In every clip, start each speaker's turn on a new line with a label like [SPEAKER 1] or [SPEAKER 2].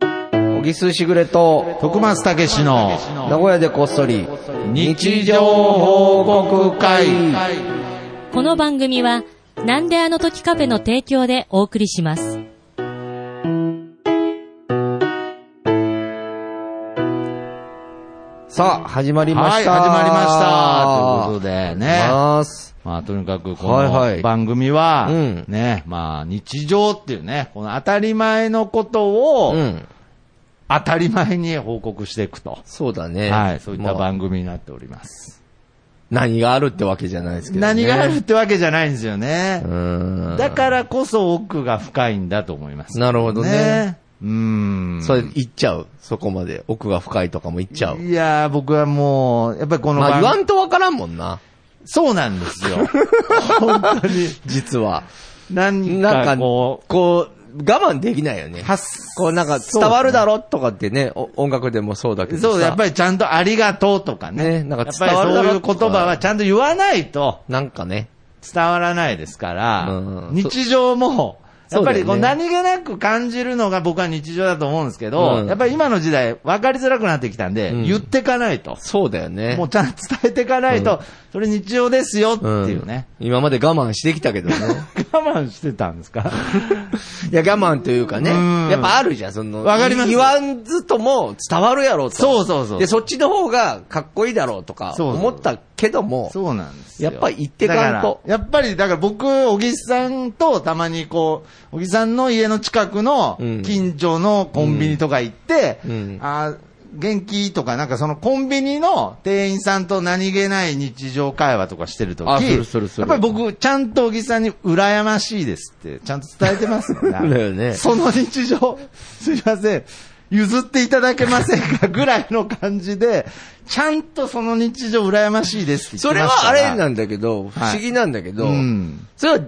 [SPEAKER 1] 小木寿しぐれと、
[SPEAKER 2] 徳松たけしの
[SPEAKER 1] 名古屋でこっそり、
[SPEAKER 2] 日常報告会。
[SPEAKER 3] この番組は、なんであの時カフェの提供でお送りします。
[SPEAKER 1] さあ、始まりま
[SPEAKER 2] は
[SPEAKER 1] し
[SPEAKER 2] い、始
[SPEAKER 1] た。
[SPEAKER 2] まりました。ということ
[SPEAKER 1] で。
[SPEAKER 2] でね。
[SPEAKER 1] ます。
[SPEAKER 2] まあ、とにかく、こ
[SPEAKER 1] はいは
[SPEAKER 2] の
[SPEAKER 1] い
[SPEAKER 2] 番組は
[SPEAKER 1] うん、
[SPEAKER 2] ね、まあ、日常っていうね、この当たり前のこと
[SPEAKER 1] う
[SPEAKER 2] を、
[SPEAKER 1] ん。
[SPEAKER 2] 当たり前に報告していくと。
[SPEAKER 1] そうだね。
[SPEAKER 2] はい、そういった
[SPEAKER 1] まあ
[SPEAKER 2] 番組になっております。
[SPEAKER 1] 何があるってわけじゃないですけどね。
[SPEAKER 2] 何があるってわけじゃないんですよね
[SPEAKER 1] う。ーん。
[SPEAKER 2] だからこそ奥が深いんだと思います。
[SPEAKER 1] なるほどね。
[SPEAKER 2] うーん。
[SPEAKER 1] それ、行っちゃう。そこまで。奥が深いとかも行っちゃう。
[SPEAKER 2] いやー、僕はもう、やっぱりこの
[SPEAKER 1] まあ
[SPEAKER 2] 番
[SPEAKER 1] 言わんとわからんもんな。
[SPEAKER 2] そうなんです よ。本当に。
[SPEAKER 1] 実は。
[SPEAKER 2] 何
[SPEAKER 1] なん
[SPEAKER 2] か
[SPEAKER 1] か、
[SPEAKER 2] こ
[SPEAKER 1] こう、我慢できないよね
[SPEAKER 2] う、。発
[SPEAKER 1] こうなんか伝わるだろとかってね、お音楽でもそうだけどさ。
[SPEAKER 2] そう、やっぱりちゃんとありがとうとか
[SPEAKER 1] ね
[SPEAKER 2] ね。
[SPEAKER 1] なんか
[SPEAKER 2] やっ
[SPEAKER 1] 伝
[SPEAKER 2] ぱ
[SPEAKER 1] わ
[SPEAKER 2] り
[SPEAKER 1] るだ
[SPEAKER 2] そう
[SPEAKER 1] ろ
[SPEAKER 2] いう言葉はちゃんと言わないと
[SPEAKER 1] なんかね。
[SPEAKER 2] 伝わらないですから、
[SPEAKER 1] うん
[SPEAKER 2] 日常も、やっぱりこう
[SPEAKER 1] そうだよ
[SPEAKER 2] 何気なく感じるのが僕は日常だと思うんですけど、
[SPEAKER 1] うん
[SPEAKER 2] やっぱり今の時代分かりづらくなってきたんで、
[SPEAKER 1] うん
[SPEAKER 2] 言ってかないと。
[SPEAKER 1] そうだよね。
[SPEAKER 2] もうちゃんと伝えていかないと、それ日常ですよって
[SPEAKER 1] ん
[SPEAKER 2] いうね。
[SPEAKER 1] 今まで我慢してきたけ どね。
[SPEAKER 2] 我慢してたんで すか
[SPEAKER 1] いや、我慢というかね。
[SPEAKER 2] うん
[SPEAKER 1] やっぱあるじゃん、その。
[SPEAKER 2] わかります
[SPEAKER 1] 言わんずとも伝わるやろと。
[SPEAKER 2] そうそうそう
[SPEAKER 1] で、そっちの方がかっこいいだろうとか、
[SPEAKER 2] そうそう
[SPEAKER 1] 思ったけども。
[SPEAKER 2] そうなんですよ。
[SPEAKER 1] やっぱり行ってかんと
[SPEAKER 2] だらやっぱり、だから僕、小木さんとたまにこう、小木さんの家の近くの
[SPEAKER 1] うん
[SPEAKER 2] 近所のコンビニとか行って、
[SPEAKER 1] うん
[SPEAKER 2] あー元気とか、なんかそのコンビニの店員さんと何気ない日常会話とかしてるとき、や
[SPEAKER 1] あするするす
[SPEAKER 2] っ
[SPEAKER 1] る
[SPEAKER 2] ぱり僕、ちゃんと小木さんに羨ましいですって、ちゃんと伝えてますもん
[SPEAKER 1] だよね
[SPEAKER 2] その日常、すいません、譲っていただけませんかぐらいの感じで、ちゃんとその日常羨ましいですって言
[SPEAKER 1] そ
[SPEAKER 2] って
[SPEAKER 1] れ
[SPEAKER 2] ました
[SPEAKER 1] はあ
[SPEAKER 2] から
[SPEAKER 1] れなんだけど、不思議なんだけど、
[SPEAKER 2] うん
[SPEAKER 1] それは、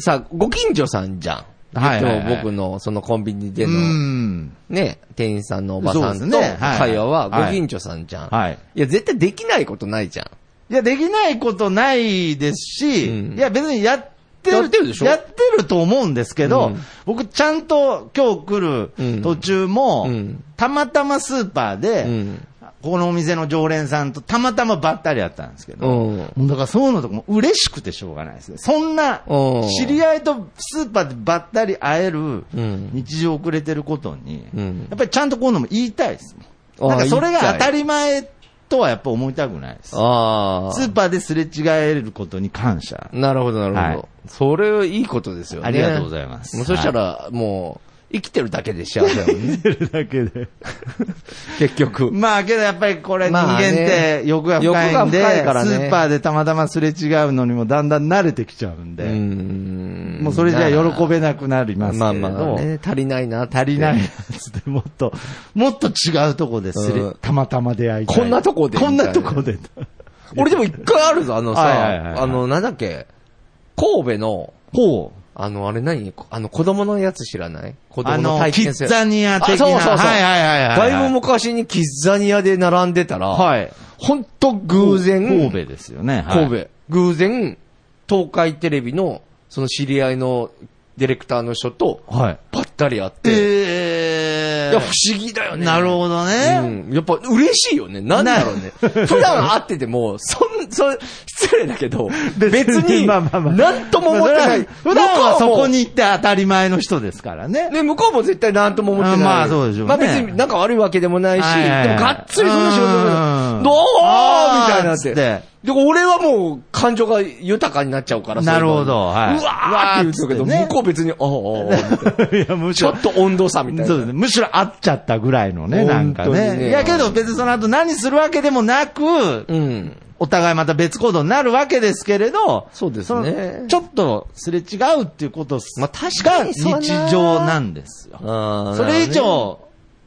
[SPEAKER 1] さ、ご近所さんじゃん。
[SPEAKER 2] はいはいはい
[SPEAKER 1] 今日僕のそのコンビニで
[SPEAKER 2] う
[SPEAKER 1] の、
[SPEAKER 2] ん。
[SPEAKER 1] ね、店員さんのおばさ
[SPEAKER 2] そ
[SPEAKER 1] ん
[SPEAKER 2] う
[SPEAKER 1] と
[SPEAKER 2] ですねはい
[SPEAKER 1] 会話は
[SPEAKER 2] は
[SPEAKER 1] ご
[SPEAKER 2] い
[SPEAKER 1] 近所さんじゃん。
[SPEAKER 2] はい
[SPEAKER 1] いや、絶対できないことないじゃん。
[SPEAKER 2] いや、できないことないですし、
[SPEAKER 1] うん
[SPEAKER 2] いや、別にやって
[SPEAKER 1] やってるでしょ
[SPEAKER 2] やってると思うんですけど、
[SPEAKER 1] うん
[SPEAKER 2] 僕、ちゃんと今日来
[SPEAKER 1] うん
[SPEAKER 2] る途中も、
[SPEAKER 1] うん
[SPEAKER 2] たまたまスーパーで、
[SPEAKER 1] うん
[SPEAKER 2] このお店の常連さんとたまたまばったりやったんですけど、
[SPEAKER 1] うん
[SPEAKER 2] もうだからそういうのとかも嬉しくてしょうがないですね。そんな
[SPEAKER 1] うん、
[SPEAKER 2] 知り合いとスーパーでばったり会える
[SPEAKER 1] うん
[SPEAKER 2] 日常をくれてることに、
[SPEAKER 1] うん
[SPEAKER 2] やっぱりちゃんとこういうのも言いたいですね。
[SPEAKER 1] あー
[SPEAKER 2] なんかそれが当た
[SPEAKER 1] 言
[SPEAKER 2] り前とはやっぱ思いたくないです。
[SPEAKER 1] あ
[SPEAKER 2] スーパーですれ違えることに感謝。
[SPEAKER 1] あ。なるほど、なるほど。
[SPEAKER 2] はい
[SPEAKER 1] それはいいことですよね。
[SPEAKER 2] ありがとうございます
[SPEAKER 1] もうそしたら、もう、生きてるだけで幸せだも んね。
[SPEAKER 2] 出るだけで。
[SPEAKER 1] 結局。
[SPEAKER 2] まあけどやっぱりこれ人
[SPEAKER 1] まあ
[SPEAKER 2] 間っ
[SPEAKER 1] ね
[SPEAKER 2] て欲が深いんで、
[SPEAKER 1] 欲が深いからね
[SPEAKER 2] スーパーでたまたますれ違うのにもだんだん慣れてきちゃうんで、
[SPEAKER 1] うん
[SPEAKER 2] もうそれじゃ喜べなくなりますけ
[SPEAKER 1] まあ
[SPEAKER 2] れど、
[SPEAKER 1] まあね、足りないな。
[SPEAKER 2] 足り ないや。つでもっと、もっと違うとこですれ、
[SPEAKER 1] うん
[SPEAKER 2] たまたま出会いたい。
[SPEAKER 1] こんなとこで
[SPEAKER 2] こんなとこで。
[SPEAKER 1] 俺でも一回あるぞ、あのさ、
[SPEAKER 2] はいはいはいはい
[SPEAKER 1] あの、なんだっけ、神戸の、
[SPEAKER 2] ほう。
[SPEAKER 1] あの、あれ何あの、子供のやつ知らない子供
[SPEAKER 2] あ
[SPEAKER 1] の
[SPEAKER 2] の、
[SPEAKER 1] 体
[SPEAKER 2] キ
[SPEAKER 1] 験
[SPEAKER 2] ッ
[SPEAKER 1] する。
[SPEAKER 2] ザニア的
[SPEAKER 1] あ
[SPEAKER 2] な。
[SPEAKER 1] そうそうそう
[SPEAKER 2] はいはいはいはいはい。
[SPEAKER 1] だいぶ昔にキッザニアで並んでたら、
[SPEAKER 2] はい。
[SPEAKER 1] ほんと偶然、
[SPEAKER 2] 神戸ですよね。はい
[SPEAKER 1] 神戸偶然、東海テレビの、その知り合いのディレクターの人と、
[SPEAKER 2] はい。
[SPEAKER 1] ばったり会って、
[SPEAKER 2] え
[SPEAKER 1] いや、不思議だよね。
[SPEAKER 2] なるほどね。
[SPEAKER 1] うん、やっぱ嬉しいよね。なんだろうね。普段会ってても、そん、そん、失礼だけど、別に、
[SPEAKER 2] まあまあまあ
[SPEAKER 1] なんとも思ってない。
[SPEAKER 2] 普段はそ
[SPEAKER 1] 向うも
[SPEAKER 2] こに行って当たり前の人ですからね。
[SPEAKER 1] ね、向こうも絶対なんとも思ってない。
[SPEAKER 2] あまあそうでしょうね
[SPEAKER 1] まあ別になんか悪いわけでもないし、
[SPEAKER 2] はいはいはい
[SPEAKER 1] でもがっつりその仕事
[SPEAKER 2] う
[SPEAKER 1] だ
[SPEAKER 2] ん
[SPEAKER 1] どう
[SPEAKER 2] あ
[SPEAKER 1] も
[SPEAKER 2] ー
[SPEAKER 1] みたいになって。
[SPEAKER 2] つって
[SPEAKER 1] で、俺はもう感情が豊かになっちゃうから、
[SPEAKER 2] なる
[SPEAKER 1] そう
[SPEAKER 2] ほど
[SPEAKER 1] うの
[SPEAKER 2] はいう
[SPEAKER 1] わーって言うけど、
[SPEAKER 2] うわーっつってね
[SPEAKER 1] 向こう別に、ああああ、
[SPEAKER 2] いや、む
[SPEAKER 1] ちょっと温度差みたい
[SPEAKER 2] そう
[SPEAKER 1] な。
[SPEAKER 2] ですね。むしろ会っちゃったぐらいのね、なんか
[SPEAKER 1] 本当に
[SPEAKER 2] ね。
[SPEAKER 1] ね
[SPEAKER 2] いやけど別にその後何するわけでもなく、
[SPEAKER 1] うん。
[SPEAKER 2] お互いまた別行動になるわけですけれど、
[SPEAKER 1] そうですね
[SPEAKER 2] そのちょっとすれ違うっていうことす
[SPEAKER 1] まあ確かにそう
[SPEAKER 2] が
[SPEAKER 1] だな
[SPEAKER 2] 日常なんですよ。
[SPEAKER 1] あー
[SPEAKER 2] それ以、上、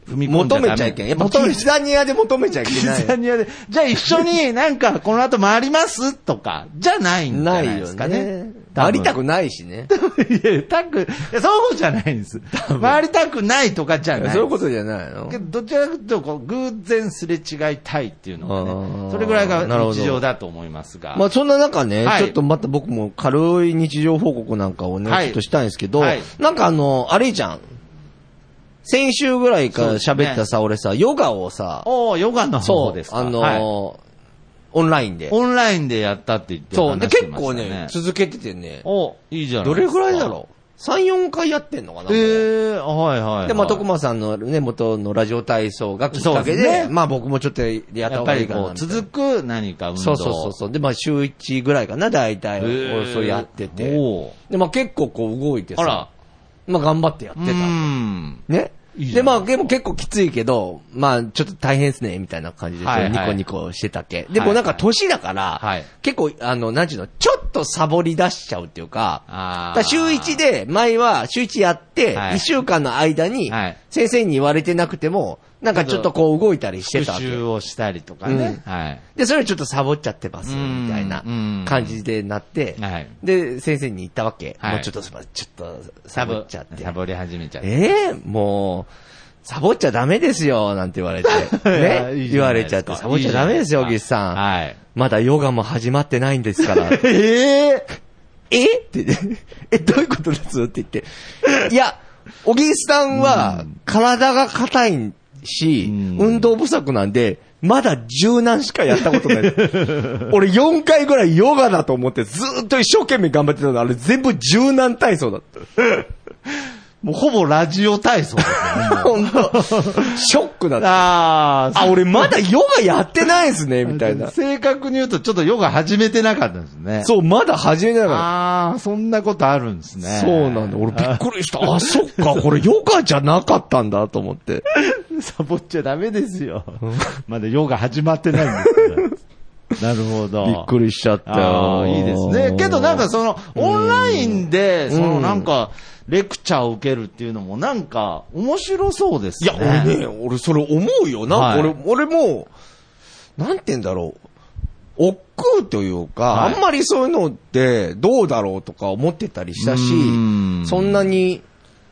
[SPEAKER 2] 踏み込ん
[SPEAKER 1] 求
[SPEAKER 2] じゃダメ
[SPEAKER 1] めちゃいけん。やっぱ、
[SPEAKER 2] 求め
[SPEAKER 1] キザニアで求めちゃいけ
[SPEAKER 2] キ
[SPEAKER 1] ない。
[SPEAKER 2] ザニアで、じゃあ一緒になんかこの後回りますとか、じゃないんじ
[SPEAKER 1] な
[SPEAKER 2] ゃない
[SPEAKER 1] い
[SPEAKER 2] で
[SPEAKER 1] よ
[SPEAKER 2] すかね
[SPEAKER 1] ね。。
[SPEAKER 2] 多
[SPEAKER 1] あ
[SPEAKER 2] 分
[SPEAKER 1] りたくないしね。
[SPEAKER 2] いや、たく、いや、そうじゃないんです。回りたくないとかじゃない。
[SPEAKER 1] そういうことじゃないの
[SPEAKER 2] けど、どちらかというと、こう、偶然すれ違いたいっていうの
[SPEAKER 1] あ
[SPEAKER 2] が
[SPEAKER 1] ー
[SPEAKER 2] ね、それぐらいが
[SPEAKER 1] なるほど
[SPEAKER 2] 日常だと思いますが。
[SPEAKER 1] まあそんな中ね、
[SPEAKER 2] は
[SPEAKER 1] ち
[SPEAKER 2] い
[SPEAKER 1] ょっとまた僕も軽い日常報告なんかをね、
[SPEAKER 2] はい
[SPEAKER 1] ちょっとしたいんですけど、
[SPEAKER 2] はい
[SPEAKER 1] なんかあの、あれいちゃん、先週ぐらいから
[SPEAKER 2] そうですね
[SPEAKER 1] 喋ったさ、俺さ、ヨガをさ、
[SPEAKER 2] おー、ヨガの方
[SPEAKER 1] そう
[SPEAKER 2] です、か。
[SPEAKER 1] あの
[SPEAKER 2] はい
[SPEAKER 1] ー、オンラインで。
[SPEAKER 2] オンラインでやったって言って
[SPEAKER 1] そう。で、
[SPEAKER 2] 話して
[SPEAKER 1] 結
[SPEAKER 2] まし
[SPEAKER 1] 構
[SPEAKER 2] た
[SPEAKER 1] ね、続けててね、
[SPEAKER 2] お、いいじゃない
[SPEAKER 1] ど
[SPEAKER 2] で
[SPEAKER 1] れ
[SPEAKER 2] すか
[SPEAKER 1] ぐらいだろう ?3、4回やってんのかなもう
[SPEAKER 2] ええはいはいはい。
[SPEAKER 1] で、まあ、徳間さんのね、元のラジオ体操がきっ
[SPEAKER 2] そ
[SPEAKER 1] か
[SPEAKER 2] うで
[SPEAKER 1] け
[SPEAKER 2] す
[SPEAKER 1] で、
[SPEAKER 2] ね
[SPEAKER 1] まあ僕もちょっとやった
[SPEAKER 2] や
[SPEAKER 1] 方
[SPEAKER 2] っぱ
[SPEAKER 1] がいい
[SPEAKER 2] り
[SPEAKER 1] かな
[SPEAKER 2] こう、
[SPEAKER 1] みたいな。
[SPEAKER 2] 続く何か運動
[SPEAKER 1] そうそうそうそう。で、まあ週1ぐらいかな、大体。
[SPEAKER 2] へえ
[SPEAKER 1] 俺そうやってて。
[SPEAKER 2] おう
[SPEAKER 1] で、まあ結構こう動いてさ。
[SPEAKER 2] あら。
[SPEAKER 1] まあ頑張ってやって
[SPEAKER 2] う
[SPEAKER 1] た。
[SPEAKER 2] ん。
[SPEAKER 1] ね。
[SPEAKER 2] いいじゃん
[SPEAKER 1] で、まあ、でも結構きついけど、まあ、ちょっと大変ですね、みたいな感じで、
[SPEAKER 2] はいはい
[SPEAKER 1] ニコニコしてたけ。でもなんか年だから、
[SPEAKER 2] はい
[SPEAKER 1] 結構、あの、なんちゅうの、ちょっとサボり出しちゃうっていうか、
[SPEAKER 2] あ
[SPEAKER 1] だ
[SPEAKER 2] ー
[SPEAKER 1] から週1で、前は週1やって、
[SPEAKER 2] はい
[SPEAKER 1] 1週間の間に
[SPEAKER 2] はい、
[SPEAKER 1] 先生に言われてなくても、なんかちょっとこう動いたりしてたわ
[SPEAKER 2] 復
[SPEAKER 1] け。
[SPEAKER 2] 習をしたりとかね。はい。
[SPEAKER 1] で、それちょっとサボっちゃってます、みたいな
[SPEAKER 2] うん
[SPEAKER 1] 感じでなって、
[SPEAKER 2] はい
[SPEAKER 1] で、先生に言ったわけ。
[SPEAKER 2] はい
[SPEAKER 1] もうちょっとすいません、ちょっとサボっちゃって。
[SPEAKER 2] サボり始めちゃって。
[SPEAKER 1] ええもう、サボっちゃダメですよ、なんて言わ れて。
[SPEAKER 2] いや
[SPEAKER 1] ね
[SPEAKER 2] いいじ
[SPEAKER 1] 言
[SPEAKER 2] ゃ
[SPEAKER 1] わ
[SPEAKER 2] ない
[SPEAKER 1] れ
[SPEAKER 2] で
[SPEAKER 1] ちゃっ
[SPEAKER 2] すか
[SPEAKER 1] て、サボっちゃダメですよ、
[SPEAKER 2] いいじゃない
[SPEAKER 1] ギ
[SPEAKER 2] で
[SPEAKER 1] ス
[SPEAKER 2] すか
[SPEAKER 1] さん。
[SPEAKER 2] はい。
[SPEAKER 1] まだヨガも始まってないんですから。 え
[SPEAKER 2] ええ
[SPEAKER 1] って、 え、どういうことですって言って。いや、小木さんは、体が硬いし、
[SPEAKER 2] うん
[SPEAKER 1] 運動不足なんで、まだ柔軟しかやったことない。 俺4回ぐらいヨガだと思ってずーっと一生懸命頑張ってたのあれ全部柔軟体操だった。
[SPEAKER 2] もうほぼラジオ体操ですね。
[SPEAKER 1] 本 当ショックだった。
[SPEAKER 2] あ
[SPEAKER 1] あ、
[SPEAKER 2] あ
[SPEAKER 1] 俺まだヨガやってないですね、みたいな。
[SPEAKER 2] 正確に言うとちょっとヨガ始めてなかったんですね。
[SPEAKER 1] そう、まだ始めなが
[SPEAKER 2] ああ、そんなことあるんです
[SPEAKER 1] ら。
[SPEAKER 2] ね。
[SPEAKER 1] そうなんだ。俺びっくりした。あ、そっか、これヨガじゃなかったんだと思って。
[SPEAKER 2] サボっちゃダメですよ。まだヨガ始まってないんですから。なるほど。
[SPEAKER 1] びっくりしちゃった
[SPEAKER 2] あ
[SPEAKER 1] よ。
[SPEAKER 2] あ、いいですね。けどなんかその、オンラインで、その
[SPEAKER 1] うん
[SPEAKER 2] なんか、レクチャーを受けるっていうのもなんか、面白そうです
[SPEAKER 1] い
[SPEAKER 2] ね。
[SPEAKER 1] や、俺ね、俺それ思うよ。なんか俺、
[SPEAKER 2] は
[SPEAKER 1] 俺も、なんて言うんだろう。億劫というか、
[SPEAKER 2] はい
[SPEAKER 1] あんまりそういうのってどうだろうとか思ってたりしたし
[SPEAKER 2] うん、
[SPEAKER 1] そんなに、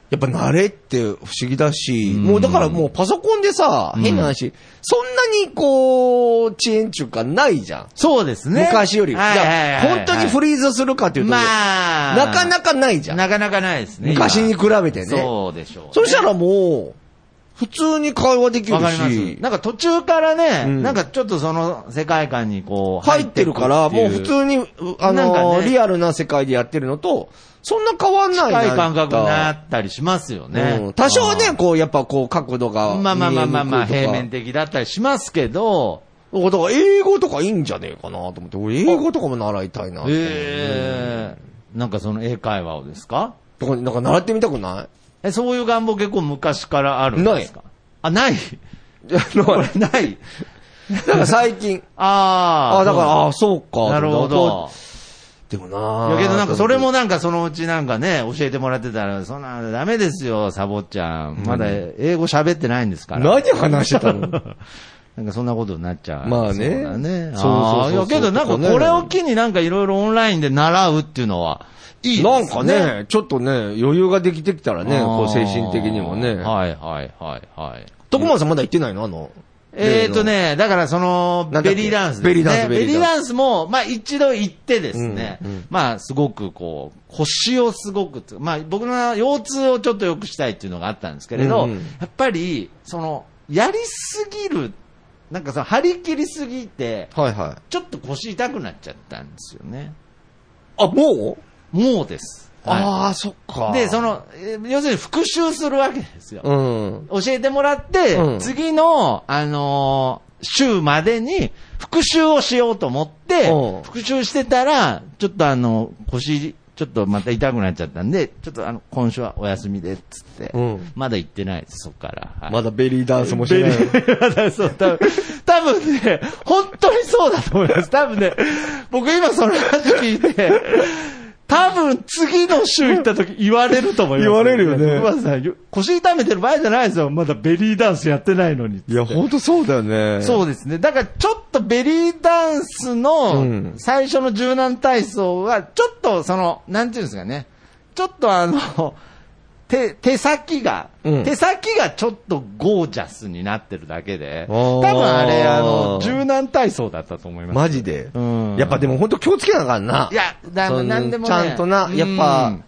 [SPEAKER 1] やっぱ慣れって不思議だし、もうだからもうパソコンでさ、変な話、そんなにこう、遅延中かないじゃん。
[SPEAKER 2] そうですね。
[SPEAKER 1] 昔より。
[SPEAKER 2] はいはいはい
[SPEAKER 1] じゃあ本当にフ
[SPEAKER 2] リ
[SPEAKER 1] リーズするかっていうと、
[SPEAKER 2] まあ、
[SPEAKER 1] なかなかないじゃん。
[SPEAKER 2] なかなかないですね。
[SPEAKER 1] 昔に
[SPEAKER 2] 比
[SPEAKER 1] 比べてね。
[SPEAKER 2] そうでしょうね。
[SPEAKER 1] そしたらもう、普通に会話できる
[SPEAKER 2] わかります
[SPEAKER 1] し。、
[SPEAKER 2] なんか途中からね、
[SPEAKER 1] うん
[SPEAKER 2] なんかちょっとその世界観にこう
[SPEAKER 1] 入ってるから、もう普
[SPEAKER 2] に
[SPEAKER 1] 通に、うあ
[SPEAKER 2] なん
[SPEAKER 1] の、
[SPEAKER 2] かね
[SPEAKER 1] リアルな世界でやってるのと、そんな変わんないな
[SPEAKER 2] 深い感覚にな
[SPEAKER 1] な
[SPEAKER 2] ったりしますよ
[SPEAKER 1] ね、う
[SPEAKER 2] ね
[SPEAKER 1] ん。多少ね、こう、やっぱこう、角度が
[SPEAKER 2] あー
[SPEAKER 1] 見えにくいとか。
[SPEAKER 2] まあまあまあまあまあ、平面的だったりしますけど、
[SPEAKER 1] だから英語とかいいんじゃねえかなと思って、俺英語とかも習いたいなって。
[SPEAKER 2] ええなんかその英会話をですか
[SPEAKER 1] とか、なんか習ってみたくな
[SPEAKER 2] え、そういう願望結構昔からあるんですか あ、ない。
[SPEAKER 1] い
[SPEAKER 2] これない。
[SPEAKER 1] なんか最近。
[SPEAKER 2] ああ。
[SPEAKER 1] あ、だから、ああ、
[SPEAKER 2] そ
[SPEAKER 1] そうか。
[SPEAKER 2] うなるほど。
[SPEAKER 1] でもない
[SPEAKER 2] やけどなんかそれ
[SPEAKER 1] も
[SPEAKER 2] もなんかそのうちなんかね、教えてもらってたら、そんなダメですよ、サボっちゃん。まだ英語喋ってないんですから。
[SPEAKER 1] 何話してた の
[SPEAKER 2] なんかそんなことになっちゃう。
[SPEAKER 1] まあね
[SPEAKER 2] そうだね。
[SPEAKER 1] そうそうそうそう
[SPEAKER 2] あーいやけどなんかこれを機になんかいろいろオンラインで習うっていうのは、いいですね。
[SPEAKER 1] なんかね、ちょっとね、余裕ができてきたらね、
[SPEAKER 2] あー
[SPEAKER 1] こう精神的にもね。
[SPEAKER 2] はいはいはいはい。
[SPEAKER 1] 徳間さんまだ行ってないのあの。
[SPEAKER 2] えーと。ね、だからそ
[SPEAKER 1] な、
[SPEAKER 2] の
[SPEAKER 1] んだっ
[SPEAKER 2] ベ
[SPEAKER 1] け
[SPEAKER 2] リーダンスですね。
[SPEAKER 1] ベリーダンスベ
[SPEAKER 2] ベ
[SPEAKER 1] リ
[SPEAKER 2] リ
[SPEAKER 1] ー
[SPEAKER 2] ー
[SPEAKER 1] ダ
[SPEAKER 2] ダンスも、まあ一度行ってですね
[SPEAKER 1] うんうん、
[SPEAKER 2] まあすごくこう、腰をすごくつ、まあ僕の腰痛をちょっと良くしたいっていうのがあったんですけれ
[SPEAKER 1] う
[SPEAKER 2] ど
[SPEAKER 1] んうん、
[SPEAKER 2] やっぱり、その、やりすぎる、なんかその、張り切りすぎて、
[SPEAKER 1] はいはい。
[SPEAKER 2] ちょっと腰痛くなっちゃったんですよね。
[SPEAKER 1] あ、もう
[SPEAKER 2] もうです。は
[SPEAKER 1] ああ、そっか。
[SPEAKER 2] いで、そ、の、えー要するに復習するわけですよ。
[SPEAKER 1] うん。
[SPEAKER 2] 教えてもらって、
[SPEAKER 1] うん
[SPEAKER 2] 次の、あのー週までに復習をしようと思って
[SPEAKER 1] うん、
[SPEAKER 2] 復習してたら、ちょっとあの、腰、ちょっとまた痛くなっちゃったんで、ちょっとあの、今週はお休みで、っつって、
[SPEAKER 1] うん
[SPEAKER 2] まだ行ってないです、そっから。はい
[SPEAKER 1] まだベリーダンスもして
[SPEAKER 2] ベ
[SPEAKER 1] な
[SPEAKER 2] リ
[SPEAKER 1] い。
[SPEAKER 2] ー ダンスを多分、多分ね、本当にそうだと思います。多分ね、僕今その話聞いて、多分次の週行った時言われると思います、
[SPEAKER 1] 言われるよね
[SPEAKER 2] 徳松さんよ腰痛めてる場合じゃないですよ。まだベリーダンスやってないのに。
[SPEAKER 1] いや、ほんとそうだよね。
[SPEAKER 2] そうですね。だからちょっとベリーダンス
[SPEAKER 1] うん
[SPEAKER 2] の最初の柔軟体操は、ちょっとその、なんていうんですかね。ちょっとあの、 手、手先が、
[SPEAKER 1] うん
[SPEAKER 2] 手先がちょっとゴージャスになってるだけで、
[SPEAKER 1] あー
[SPEAKER 2] 多分あれ、あの、柔軟体操だったと思います。
[SPEAKER 1] マジで。
[SPEAKER 2] うん
[SPEAKER 1] やっぱでもほんと気をつけなあかんな。
[SPEAKER 2] いや、だ
[SPEAKER 1] その
[SPEAKER 2] なんでもね
[SPEAKER 1] ちゃんとな、やっ
[SPEAKER 2] う
[SPEAKER 1] ぱ
[SPEAKER 2] ん、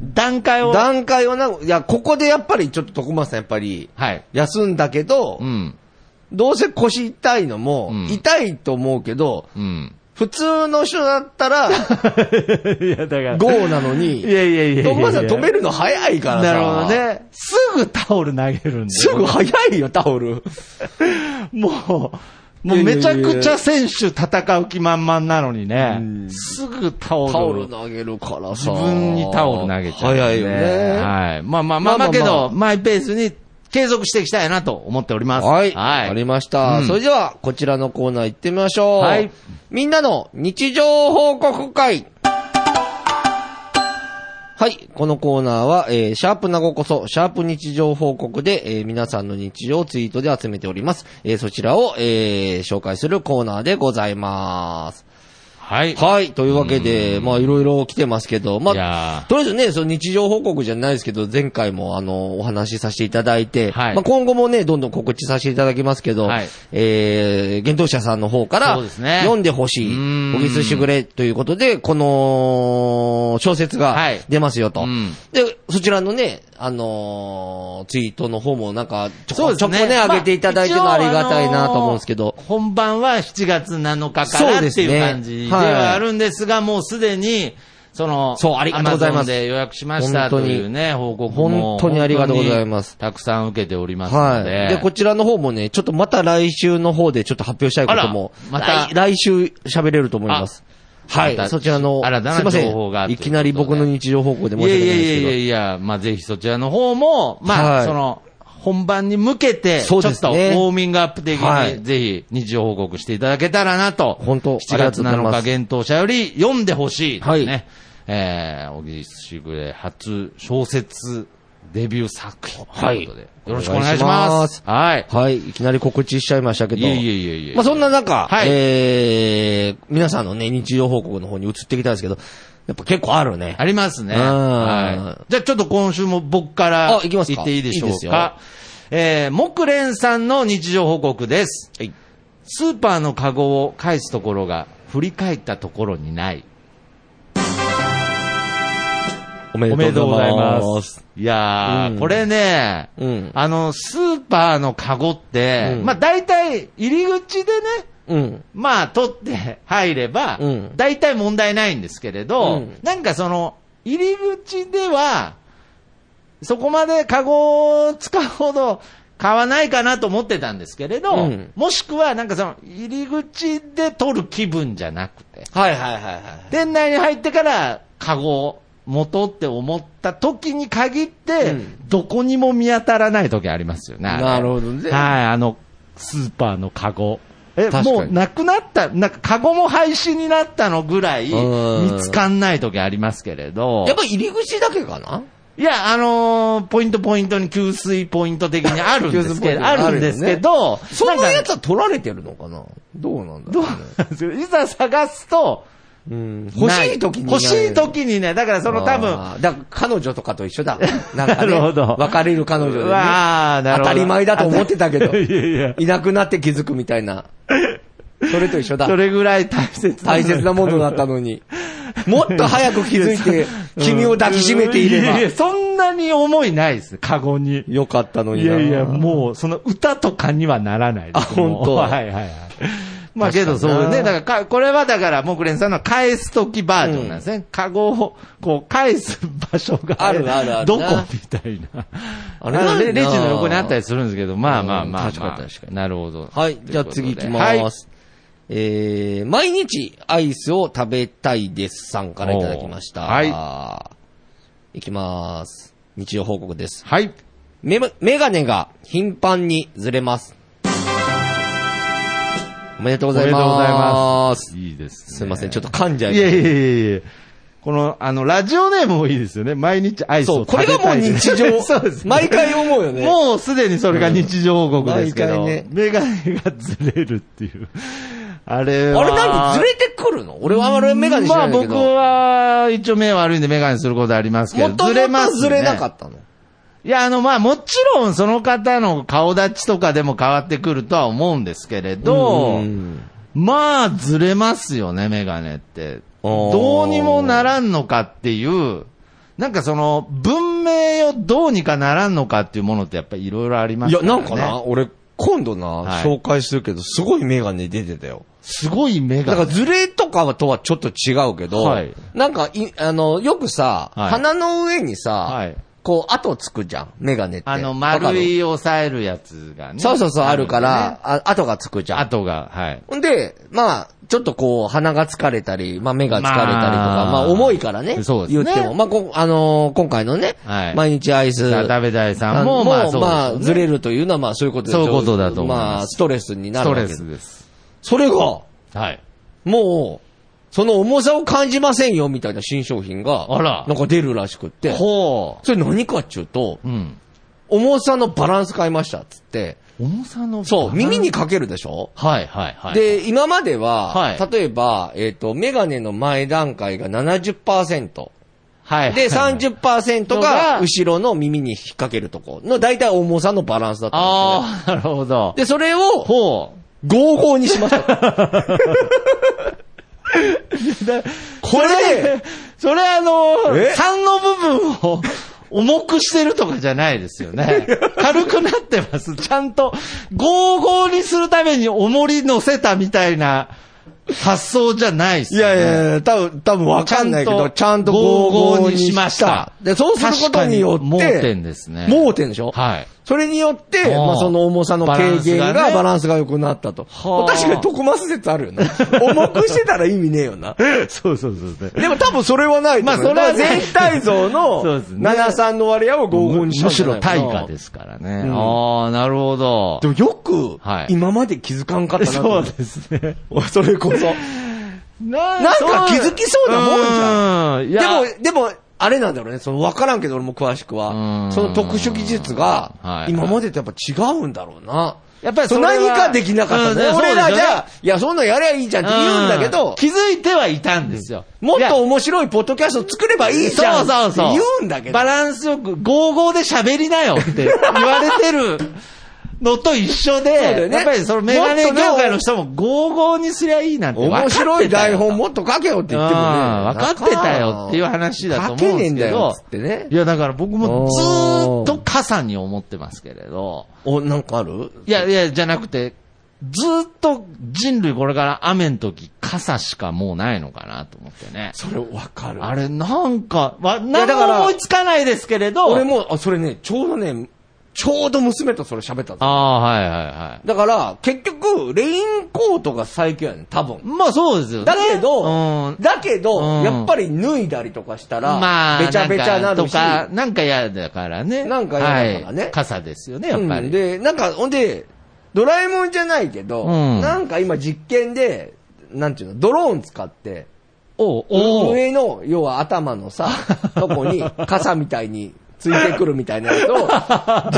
[SPEAKER 2] 段階を。
[SPEAKER 1] 段階はな、いや、ここでやっぱりちょっと徳松さんやっぱり、
[SPEAKER 2] はい。
[SPEAKER 1] 休んだけど、
[SPEAKER 2] うん。
[SPEAKER 1] どうせ腰痛いのも、
[SPEAKER 2] うん
[SPEAKER 1] 痛いと思うけど、
[SPEAKER 2] うん。
[SPEAKER 1] 普通の人だったら、
[SPEAKER 2] いや、だから。
[SPEAKER 1] GO なのに、
[SPEAKER 2] いやいやいやいやいや。
[SPEAKER 1] 徳松さん止めるの早いからさ。
[SPEAKER 2] なるほど。ね。すぐタオル投げるんで。
[SPEAKER 1] すぐ早いよ、タオル。
[SPEAKER 2] もう、もうめちゃくちゃ選手戦う気満々なのにね
[SPEAKER 1] うん、
[SPEAKER 2] すぐタオル。
[SPEAKER 1] タオル投げるから
[SPEAKER 2] 自
[SPEAKER 1] さ。
[SPEAKER 2] 分にタオル投げちゃう、
[SPEAKER 1] 早いよね。
[SPEAKER 2] はい。まあまあまあ、
[SPEAKER 1] まあまあまあ
[SPEAKER 2] だけど、マイペースに継続していきたいなと思っております。
[SPEAKER 1] はい。
[SPEAKER 2] は
[SPEAKER 1] あ
[SPEAKER 2] い。
[SPEAKER 1] りました。
[SPEAKER 2] うん
[SPEAKER 1] それでは、こちらのコーナー行ってみましょう。
[SPEAKER 2] はい
[SPEAKER 1] みんなの日常報告会。はい。このコーナーは、えー、シャープなごこそ、シャープ日常報告で、えー皆さんの日常をツイートで集めております。えーそちらを、えー紹介するコーナーでございます。
[SPEAKER 2] はい。
[SPEAKER 1] はい。というわけで、まあ、いろいろ来てますけど、ま
[SPEAKER 2] い
[SPEAKER 1] あ
[SPEAKER 2] や、ー
[SPEAKER 1] とりあえずね、その日常報告じゃないですけど、前回も、あの、お話しさせていただいて、
[SPEAKER 2] はい
[SPEAKER 1] まあ、今後もね、どんどん告知させていただきますけど、
[SPEAKER 2] はい
[SPEAKER 1] えー、幻冬者さんの方から、
[SPEAKER 2] そうですね
[SPEAKER 1] 読んでほし
[SPEAKER 2] う
[SPEAKER 1] い、
[SPEAKER 2] ーん
[SPEAKER 1] おぎすしぐれということで、この、小説が
[SPEAKER 2] はい
[SPEAKER 1] 出ますよと。
[SPEAKER 2] うん
[SPEAKER 1] で、そちらのね、あのーツイートの方もなんか、ちょ
[SPEAKER 2] そう
[SPEAKER 1] こ
[SPEAKER 2] で
[SPEAKER 1] ち
[SPEAKER 2] す
[SPEAKER 1] ょこ
[SPEAKER 2] ね。
[SPEAKER 1] ね、上
[SPEAKER 2] ま
[SPEAKER 1] げていただいてるの
[SPEAKER 2] 一応
[SPEAKER 1] ありがたいなと思うんですけど
[SPEAKER 2] あの。本番は7月7日か
[SPEAKER 1] そう
[SPEAKER 2] らっ
[SPEAKER 1] で
[SPEAKER 2] て
[SPEAKER 1] すね
[SPEAKER 2] いう感じではあるんですが、もうすでに、その、
[SPEAKER 1] そうありがとうございます
[SPEAKER 2] Amazon で予約しました
[SPEAKER 1] 本当
[SPEAKER 2] と
[SPEAKER 1] に
[SPEAKER 2] いうね、報告も。
[SPEAKER 1] 本当にありがとうございます
[SPEAKER 2] 本当にたくさん受けておりますので。
[SPEAKER 1] はい。で、こちらの方もね、ちょっとまた来週の方でちょっと発表したいことも、
[SPEAKER 2] あらまた
[SPEAKER 1] 来来週喋れると思います。はい。
[SPEAKER 2] また
[SPEAKER 1] そちらの、
[SPEAKER 2] 新たな
[SPEAKER 1] すいません
[SPEAKER 2] 情報が
[SPEAKER 1] いきなり僕の日常報告で申
[SPEAKER 2] いや
[SPEAKER 1] し訳
[SPEAKER 2] い
[SPEAKER 1] な
[SPEAKER 2] や
[SPEAKER 1] い
[SPEAKER 2] いやいや
[SPEAKER 1] ですけ
[SPEAKER 2] いや、まあ、ぜひそちらの方も、まあ、
[SPEAKER 1] はい
[SPEAKER 2] その、本番に向けて、ち
[SPEAKER 1] そ
[SPEAKER 2] ょ
[SPEAKER 1] う
[SPEAKER 2] っと
[SPEAKER 1] で
[SPEAKER 2] ウ
[SPEAKER 1] す
[SPEAKER 2] ォ
[SPEAKER 1] ね
[SPEAKER 2] ーミングアップ的に、
[SPEAKER 1] はい
[SPEAKER 2] ぜひ日常報告していただけたらなと。
[SPEAKER 1] 本当
[SPEAKER 2] 7月
[SPEAKER 1] ありがとうござ
[SPEAKER 2] 7
[SPEAKER 1] いま
[SPEAKER 2] 日
[SPEAKER 1] す
[SPEAKER 2] 幻冬者より読んでほしいですね。
[SPEAKER 1] はい
[SPEAKER 2] えー、小木しぐれ初小説デビュー作品ということで、よろしくお願いし
[SPEAKER 1] お願
[SPEAKER 2] ま。
[SPEAKER 1] いしますす
[SPEAKER 2] はい。
[SPEAKER 1] ど。はい。いきなり告知しちゃいましたけど。
[SPEAKER 2] いえいえいえいえ。
[SPEAKER 1] まあそんな中、
[SPEAKER 2] はい
[SPEAKER 1] えー、皆さんのね、日常報告の方に移ってきたんですけど、やっぱ結構あるね。
[SPEAKER 2] ありますね。
[SPEAKER 1] うん
[SPEAKER 2] はい。じゃあちょっと今週も僕から
[SPEAKER 1] あ行きますか
[SPEAKER 2] 言っていいでしょう
[SPEAKER 1] いいですよ
[SPEAKER 2] か。えー、木蓮さんの日常報告です。
[SPEAKER 1] はい
[SPEAKER 2] スーパーのカゴを返すところが振り返ったところにない。
[SPEAKER 1] おめ
[SPEAKER 2] おめでとうございます。いやー、
[SPEAKER 1] うん
[SPEAKER 2] これね、
[SPEAKER 1] うん
[SPEAKER 2] あの、スーパーのカゴって、
[SPEAKER 1] うん
[SPEAKER 2] まあ大体入り口でね、
[SPEAKER 1] うん。
[SPEAKER 2] まあ、取って入れば
[SPEAKER 1] うん、
[SPEAKER 2] 大体問題ないんですけれど、
[SPEAKER 1] うん
[SPEAKER 2] なんかその、入り口では、そこまでカゴを使うほど買わないかなと思ってたんですけれど、
[SPEAKER 1] うん
[SPEAKER 2] もしくはなんかその、入り口で取る気分じゃなくて、
[SPEAKER 1] はいはいはいはい。
[SPEAKER 2] 店内に入ってからカゴを元って思った時に限って、
[SPEAKER 1] うん
[SPEAKER 2] どこにも見当たらない時ありますよね。あれ
[SPEAKER 1] なるほどね
[SPEAKER 2] はい、あの、スーパーのカゴ。え、
[SPEAKER 1] 確かに
[SPEAKER 2] もうなくなった、なんかカゴも廃止になったのぐらい
[SPEAKER 1] うん
[SPEAKER 2] 見つかんない時ありますけれど。
[SPEAKER 1] やっぱ入り口だけかない
[SPEAKER 2] や、あのーポイントポイントに給水ポイント的にあるんです
[SPEAKER 1] 給
[SPEAKER 2] け
[SPEAKER 1] 水ポイン
[SPEAKER 2] ど、
[SPEAKER 1] ト
[SPEAKER 2] あるんですけど、
[SPEAKER 1] そのや
[SPEAKER 2] なんか
[SPEAKER 1] つは取られてるのかなどうなんだ
[SPEAKER 2] ど
[SPEAKER 1] ろ
[SPEAKER 2] う
[SPEAKER 1] う
[SPEAKER 2] な
[SPEAKER 1] ね
[SPEAKER 2] んですかいざ探すと、
[SPEAKER 1] うん欲しい時にね。
[SPEAKER 2] 欲しい時にね、だからその多分、
[SPEAKER 1] あーだから彼女とかと一緒 だ。なんか
[SPEAKER 2] な
[SPEAKER 1] ね、
[SPEAKER 2] るほど
[SPEAKER 1] 別れる彼女で、
[SPEAKER 2] う
[SPEAKER 1] ね、
[SPEAKER 2] わあ、なる
[SPEAKER 1] 当
[SPEAKER 2] ほど。
[SPEAKER 1] たり前だと思ってたけど、
[SPEAKER 2] いやいや。
[SPEAKER 1] いなくなって気づくみたいな。それと一緒だ
[SPEAKER 2] そ。れぐらい大切
[SPEAKER 1] 大切なものだったのに。もっと早く気づい て、君を抱きしめていれ
[SPEAKER 2] やいや
[SPEAKER 1] ば。
[SPEAKER 2] そんなに思いないです、カゴに。
[SPEAKER 1] よかったのに
[SPEAKER 2] い
[SPEAKER 1] な。
[SPEAKER 2] やいや、もう、その歌とかにはならないです。
[SPEAKER 1] あ本当
[SPEAKER 2] もうはいはいはい。まあけどそうね、
[SPEAKER 1] 確かにな
[SPEAKER 2] だからか、これはだから、木蓮さんの返すときバージョンなんですね。カゴを、こう、返す場所が
[SPEAKER 1] あるあるある
[SPEAKER 2] どこみたいな。
[SPEAKER 1] あ
[SPEAKER 2] あ
[SPEAKER 1] れ
[SPEAKER 2] れ
[SPEAKER 1] なんだ
[SPEAKER 2] レレジの横にあったりするんですけど、まあまあまあ、まあ
[SPEAKER 1] うん確かに確かに
[SPEAKER 2] なるほど。
[SPEAKER 1] はい、じゃあ次行きます。
[SPEAKER 2] はい
[SPEAKER 1] えー、毎日アイスを食べたいですさんからいただきました。
[SPEAKER 2] おー
[SPEAKER 1] い。きます。日常報告です。
[SPEAKER 2] はい。
[SPEAKER 1] メモ、メガネが頻繁にずれます。おめでとうございます。。
[SPEAKER 2] おめでとうございますいいです、ね。
[SPEAKER 1] すいません、ちょっと噛んじゃい
[SPEAKER 2] い
[SPEAKER 1] ま
[SPEAKER 2] や
[SPEAKER 1] し
[SPEAKER 2] いやいやいやこの、あの、ラジオネームもいいですよね。毎日アイ
[SPEAKER 1] た。
[SPEAKER 2] スを
[SPEAKER 1] そう、
[SPEAKER 2] 食
[SPEAKER 1] こ
[SPEAKER 2] べ
[SPEAKER 1] れ
[SPEAKER 2] た
[SPEAKER 1] が
[SPEAKER 2] い
[SPEAKER 1] もう日常。
[SPEAKER 2] そうですね、
[SPEAKER 1] 毎回思うよね。
[SPEAKER 2] もうすでにそれが日常報告ですけ
[SPEAKER 1] うん
[SPEAKER 2] ど、
[SPEAKER 1] 毎回ね
[SPEAKER 2] メガネがずれるっていう。あれは。
[SPEAKER 1] あれ何ずれてくるの俺はあれメガネし
[SPEAKER 2] ま
[SPEAKER 1] な
[SPEAKER 2] あ
[SPEAKER 1] いんだけ
[SPEAKER 2] 僕
[SPEAKER 1] ど。
[SPEAKER 2] は一応目悪いんでメガネすることありますけど、
[SPEAKER 1] もと
[SPEAKER 2] ずれ
[SPEAKER 1] も
[SPEAKER 2] ま
[SPEAKER 1] と
[SPEAKER 2] す、ね。
[SPEAKER 1] ずれなかったの。
[SPEAKER 2] いや、あの、まあ、もちろん、その方の顔立ちとかでも変わってくるとは思うんですけれど、
[SPEAKER 1] ん
[SPEAKER 2] まあ、ずれますよね、メガネって。
[SPEAKER 1] あー
[SPEAKER 2] どうにもならんのかっていう、なんかその、文明をどうにかならんのかっていうものってやっぱりいろいろありま
[SPEAKER 1] い
[SPEAKER 2] す
[SPEAKER 1] や、
[SPEAKER 2] からね。
[SPEAKER 1] なんかな、俺、今度な、
[SPEAKER 2] はい
[SPEAKER 1] 紹介するけど、すごいメガネ出てたよ。
[SPEAKER 2] すごい目
[SPEAKER 1] だか
[SPEAKER 2] が。
[SPEAKER 1] ら、ズレとかはとはちょっと違うけど、
[SPEAKER 2] はい
[SPEAKER 1] なんかい、あの、よくさ、
[SPEAKER 2] はい
[SPEAKER 1] 鼻の上にさ、
[SPEAKER 2] はい
[SPEAKER 1] こう、跡つくじゃん、メガネって。
[SPEAKER 2] あの、
[SPEAKER 1] わか
[SPEAKER 2] 丸
[SPEAKER 1] る。
[SPEAKER 2] い押さえるやつがね。
[SPEAKER 1] そうそうそう、あるから、
[SPEAKER 2] ね。
[SPEAKER 1] あ跡がつくじゃん。
[SPEAKER 2] 後が、はい。
[SPEAKER 1] ほんで、まあ、ちょっとこう、鼻が疲れたり、まあ目が疲れたりとか、ま
[SPEAKER 2] ま
[SPEAKER 1] あ、
[SPEAKER 2] あ
[SPEAKER 1] 重いからね。
[SPEAKER 2] そうですね
[SPEAKER 1] 言っても。まあ、こあのー今回のね、
[SPEAKER 2] はい
[SPEAKER 1] 毎日アイス。
[SPEAKER 2] ダベダイさんも、
[SPEAKER 1] あの
[SPEAKER 2] まあ、
[SPEAKER 1] も
[SPEAKER 2] そううです
[SPEAKER 1] ま
[SPEAKER 2] よ
[SPEAKER 1] あ、
[SPEAKER 2] ね
[SPEAKER 1] ずれるというのは、まあ、そういうことでしょ
[SPEAKER 2] そういうことだと思います
[SPEAKER 1] まあ、ストレスにな
[SPEAKER 2] ス
[SPEAKER 1] る
[SPEAKER 2] ト
[SPEAKER 1] わけ
[SPEAKER 2] レ
[SPEAKER 1] です
[SPEAKER 2] ス。です。
[SPEAKER 1] それが、
[SPEAKER 2] はい。
[SPEAKER 1] もう、その重さを感じませんよ、みたいな新商品が、
[SPEAKER 2] あら
[SPEAKER 1] なんか出るらしくって。
[SPEAKER 2] ほ
[SPEAKER 1] それ何かっていうと、
[SPEAKER 2] う。うん。
[SPEAKER 1] 重さのバランス変えました、っつって。
[SPEAKER 2] 重さの。
[SPEAKER 1] そう、耳に。かけるでしょ
[SPEAKER 2] はい、はい、はい。、
[SPEAKER 1] で、今までは、
[SPEAKER 2] はい
[SPEAKER 1] 例えば、えっ、と、メガネの前段階が70%。
[SPEAKER 2] はい。
[SPEAKER 1] で、
[SPEAKER 2] はいはい
[SPEAKER 1] 30%が後ろの耳に引っ掛けるとこの大体重さのバランスだったんです
[SPEAKER 2] ああ、なるほど
[SPEAKER 1] よね。。で、それを、
[SPEAKER 2] ほ
[SPEAKER 1] 55にしま した。
[SPEAKER 2] う。これ、それあの、
[SPEAKER 1] え
[SPEAKER 2] 3の部分を重くしてるとかじゃないですよ ね。軽くなってます。ちゃんと、55にするために重り乗せたみたいな発想じゃないです
[SPEAKER 1] い
[SPEAKER 2] よね。
[SPEAKER 1] やいやいや、多分、多分わかんないけど、ち
[SPEAKER 2] ち
[SPEAKER 1] ゃ
[SPEAKER 2] ゃ
[SPEAKER 1] ん
[SPEAKER 2] ん
[SPEAKER 1] と
[SPEAKER 2] と
[SPEAKER 1] 55
[SPEAKER 2] 55
[SPEAKER 1] に
[SPEAKER 2] に
[SPEAKER 1] し
[SPEAKER 2] し
[SPEAKER 1] ま
[SPEAKER 2] ま
[SPEAKER 1] し
[SPEAKER 2] したた。
[SPEAKER 1] で、そうすることによって、
[SPEAKER 2] 確かに盲点ですね
[SPEAKER 1] 盲点でしょ
[SPEAKER 2] はい。
[SPEAKER 1] それによって、
[SPEAKER 2] はあ
[SPEAKER 1] まあ、その重さの軽減が
[SPEAKER 2] バランスがね
[SPEAKER 1] バランスが良くなったと。
[SPEAKER 2] はあ
[SPEAKER 1] 確かに徳マス説あるよ な。重くしてたら意味ねえよな。
[SPEAKER 2] そうそうそう。
[SPEAKER 1] でも多分それはないと思う。
[SPEAKER 2] まあそれはね
[SPEAKER 1] だから全体像の
[SPEAKER 2] そうですね
[SPEAKER 1] 73の割合を55
[SPEAKER 2] む
[SPEAKER 1] にしたん
[SPEAKER 2] む
[SPEAKER 1] じ
[SPEAKER 2] し
[SPEAKER 1] ゃな
[SPEAKER 2] ろ
[SPEAKER 1] いかな
[SPEAKER 2] 対価ですからね。
[SPEAKER 1] うん
[SPEAKER 2] ああ、なるほど
[SPEAKER 1] で。もよく
[SPEAKER 2] はい、
[SPEAKER 1] 今まで気づかんかったなと思って
[SPEAKER 2] すね。
[SPEAKER 1] それこそ。な
[SPEAKER 2] な
[SPEAKER 1] んか気づきそうなもんじゃ
[SPEAKER 2] ん。い
[SPEAKER 1] で
[SPEAKER 2] や、
[SPEAKER 1] も、でも、あれなんだろうね。その、わからんけど、俺も詳しく
[SPEAKER 2] う
[SPEAKER 1] は。
[SPEAKER 2] ん
[SPEAKER 1] その特殊技術
[SPEAKER 2] は
[SPEAKER 1] が、
[SPEAKER 2] い
[SPEAKER 1] 今までとやっぱ違うんだろうな。
[SPEAKER 2] やっぱり
[SPEAKER 1] そ
[SPEAKER 2] そうれは
[SPEAKER 1] 何かできなかったね。
[SPEAKER 2] うん
[SPEAKER 1] 俺らじゃ
[SPEAKER 2] そうですよね
[SPEAKER 1] あ、いや、そんなんやりゃいいじゃんって言うんだけど、
[SPEAKER 2] 気づいてはいたんですよ。
[SPEAKER 1] もっ
[SPEAKER 2] いや
[SPEAKER 1] と面白いポッドキャスト作ればいいじゃん
[SPEAKER 2] そう
[SPEAKER 1] って
[SPEAKER 2] そうそう。
[SPEAKER 1] 言うんだけど
[SPEAKER 2] バ。ランスよく、55で喋りなよって言われてるのと一緒で、
[SPEAKER 1] だよね
[SPEAKER 2] やっぱりそのメガネ業界の人も55にすりゃいいなんて分か
[SPEAKER 1] 面
[SPEAKER 2] ってたよ
[SPEAKER 1] 白い台本もっと書けよって言ってもね。
[SPEAKER 2] あー分かってたよっていう話だと思うんです
[SPEAKER 1] 書けねえ
[SPEAKER 2] けど
[SPEAKER 1] んだよっつってね
[SPEAKER 2] い。や、だから僕もずーっと傘に思ってますけれど、
[SPEAKER 1] お、なんかある
[SPEAKER 2] いやいや、じゃなくて、ずーっと人類これから雨の時、傘しかもうないのかなと思ってね。
[SPEAKER 1] それわかる。
[SPEAKER 2] あれ、なんか、わ、
[SPEAKER 1] や
[SPEAKER 2] 何
[SPEAKER 1] だから
[SPEAKER 2] も思いつかないですけれど、
[SPEAKER 1] 俺も、あ、それね、ちょうどね、ちょうど娘とそれ喋ったんですよ
[SPEAKER 2] ああ、はいはいはい。
[SPEAKER 1] だから、結局、レインコートが最強やねん、多分。
[SPEAKER 2] まあそうですよね。
[SPEAKER 1] だけ
[SPEAKER 2] う
[SPEAKER 1] ど
[SPEAKER 2] ん、、
[SPEAKER 1] だけ
[SPEAKER 2] う
[SPEAKER 1] ど、
[SPEAKER 2] ん
[SPEAKER 1] やっぱり脱いだりとかしたら
[SPEAKER 2] ま、あ、
[SPEAKER 1] べちゃべちゃなるし。
[SPEAKER 2] んかとか、なんか嫌だからね。
[SPEAKER 1] なんか嫌だからね
[SPEAKER 2] はい傘ですよね、やっぱ
[SPEAKER 1] う
[SPEAKER 2] り。
[SPEAKER 1] んで、なんか、ほんで、ドラえもんじゃないけど、
[SPEAKER 2] うん
[SPEAKER 1] なんか今実験で、なんていうの、ドローン使って、
[SPEAKER 2] おうおう
[SPEAKER 1] 上の、要は頭の さ、とこに傘みたいについてくるみたいなや つを、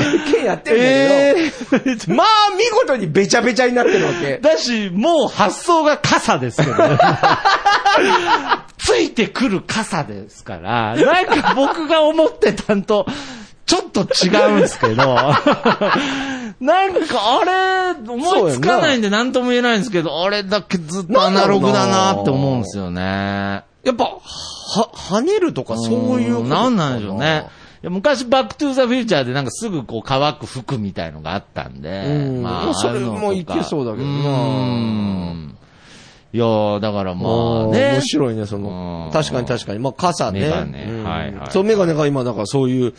[SPEAKER 1] 実験やってるんだけど、
[SPEAKER 2] えー
[SPEAKER 1] まあ、見事にべちゃべちゃになってるわ け。
[SPEAKER 2] だし、もう発想が傘ですけどね。ついてくる傘ですから、なんか僕が思ってたんと、ちょっと違うんですけど、なんかあれ、思いつかないんで何とも言えないんですけど、あれだけずっとアナログだなって思うんですよね。
[SPEAKER 1] やっぱ、は、跳ねるとかそういうことか
[SPEAKER 2] なんなんでしょうね。いや昔、バックトゥーザフューチャーでなんかすぐこう乾く服みたいのがあったん
[SPEAKER 1] う
[SPEAKER 2] で、
[SPEAKER 1] ん
[SPEAKER 2] ま
[SPEAKER 1] もう
[SPEAKER 2] あ、
[SPEAKER 1] それ
[SPEAKER 2] ああいうのとか
[SPEAKER 1] もういけそうだけどな
[SPEAKER 2] うんいやーだからまあ
[SPEAKER 1] あー
[SPEAKER 2] ね。
[SPEAKER 1] 面白いね、その
[SPEAKER 2] う。ん
[SPEAKER 1] 確かに確かに。まあ、傘ね。
[SPEAKER 2] メガネ
[SPEAKER 1] うん
[SPEAKER 2] はいはい
[SPEAKER 1] そう、メガネが今、だからそういう、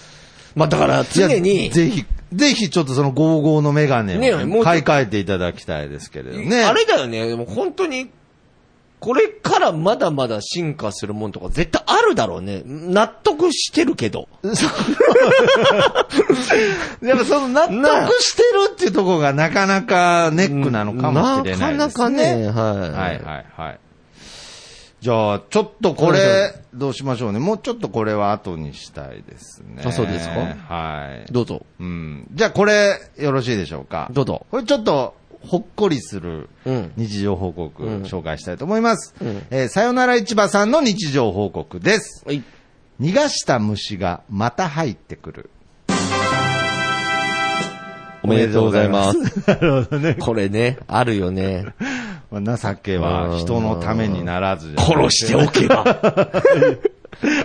[SPEAKER 1] まあ、だから常
[SPEAKER 2] い
[SPEAKER 1] に
[SPEAKER 2] や、ぜひ、ぜひちょっとその55のメガネをね
[SPEAKER 1] ねもうちょっ
[SPEAKER 2] 買
[SPEAKER 1] と
[SPEAKER 2] い替えていただきたいですけれどね。
[SPEAKER 1] あれだよね、でも本当に、これからまだまだ進化するもんとか絶対あるだろうね。納得してるけど。
[SPEAKER 2] やっぱその納
[SPEAKER 1] なあ
[SPEAKER 2] 得してるっていうところがなかなかネックなのかもしれないですね。
[SPEAKER 1] なかなかね、はい。
[SPEAKER 2] はいはいはい。じゃあ、ちょっとこれ、どうしましょうね。もうちょっとこれは後にしたいですね。
[SPEAKER 1] あそうですか
[SPEAKER 2] はい。
[SPEAKER 1] どうぞ。
[SPEAKER 2] うん。じゃあこれ、よろしいでしょうか。
[SPEAKER 1] どうぞ
[SPEAKER 2] これちょっと、ほっこりする
[SPEAKER 1] うん
[SPEAKER 2] 日常報告、
[SPEAKER 1] ん
[SPEAKER 2] 紹介したいと思います。
[SPEAKER 1] うん
[SPEAKER 2] えーさよなら市場さんの日常報告です。
[SPEAKER 1] はい。
[SPEAKER 2] 逃がした虫がまた入ってくる。
[SPEAKER 1] おめでとうございます。
[SPEAKER 2] なるほどね。
[SPEAKER 1] これね、あるよね。
[SPEAKER 2] まあ情けは人のためにならず。
[SPEAKER 1] 殺しておけば。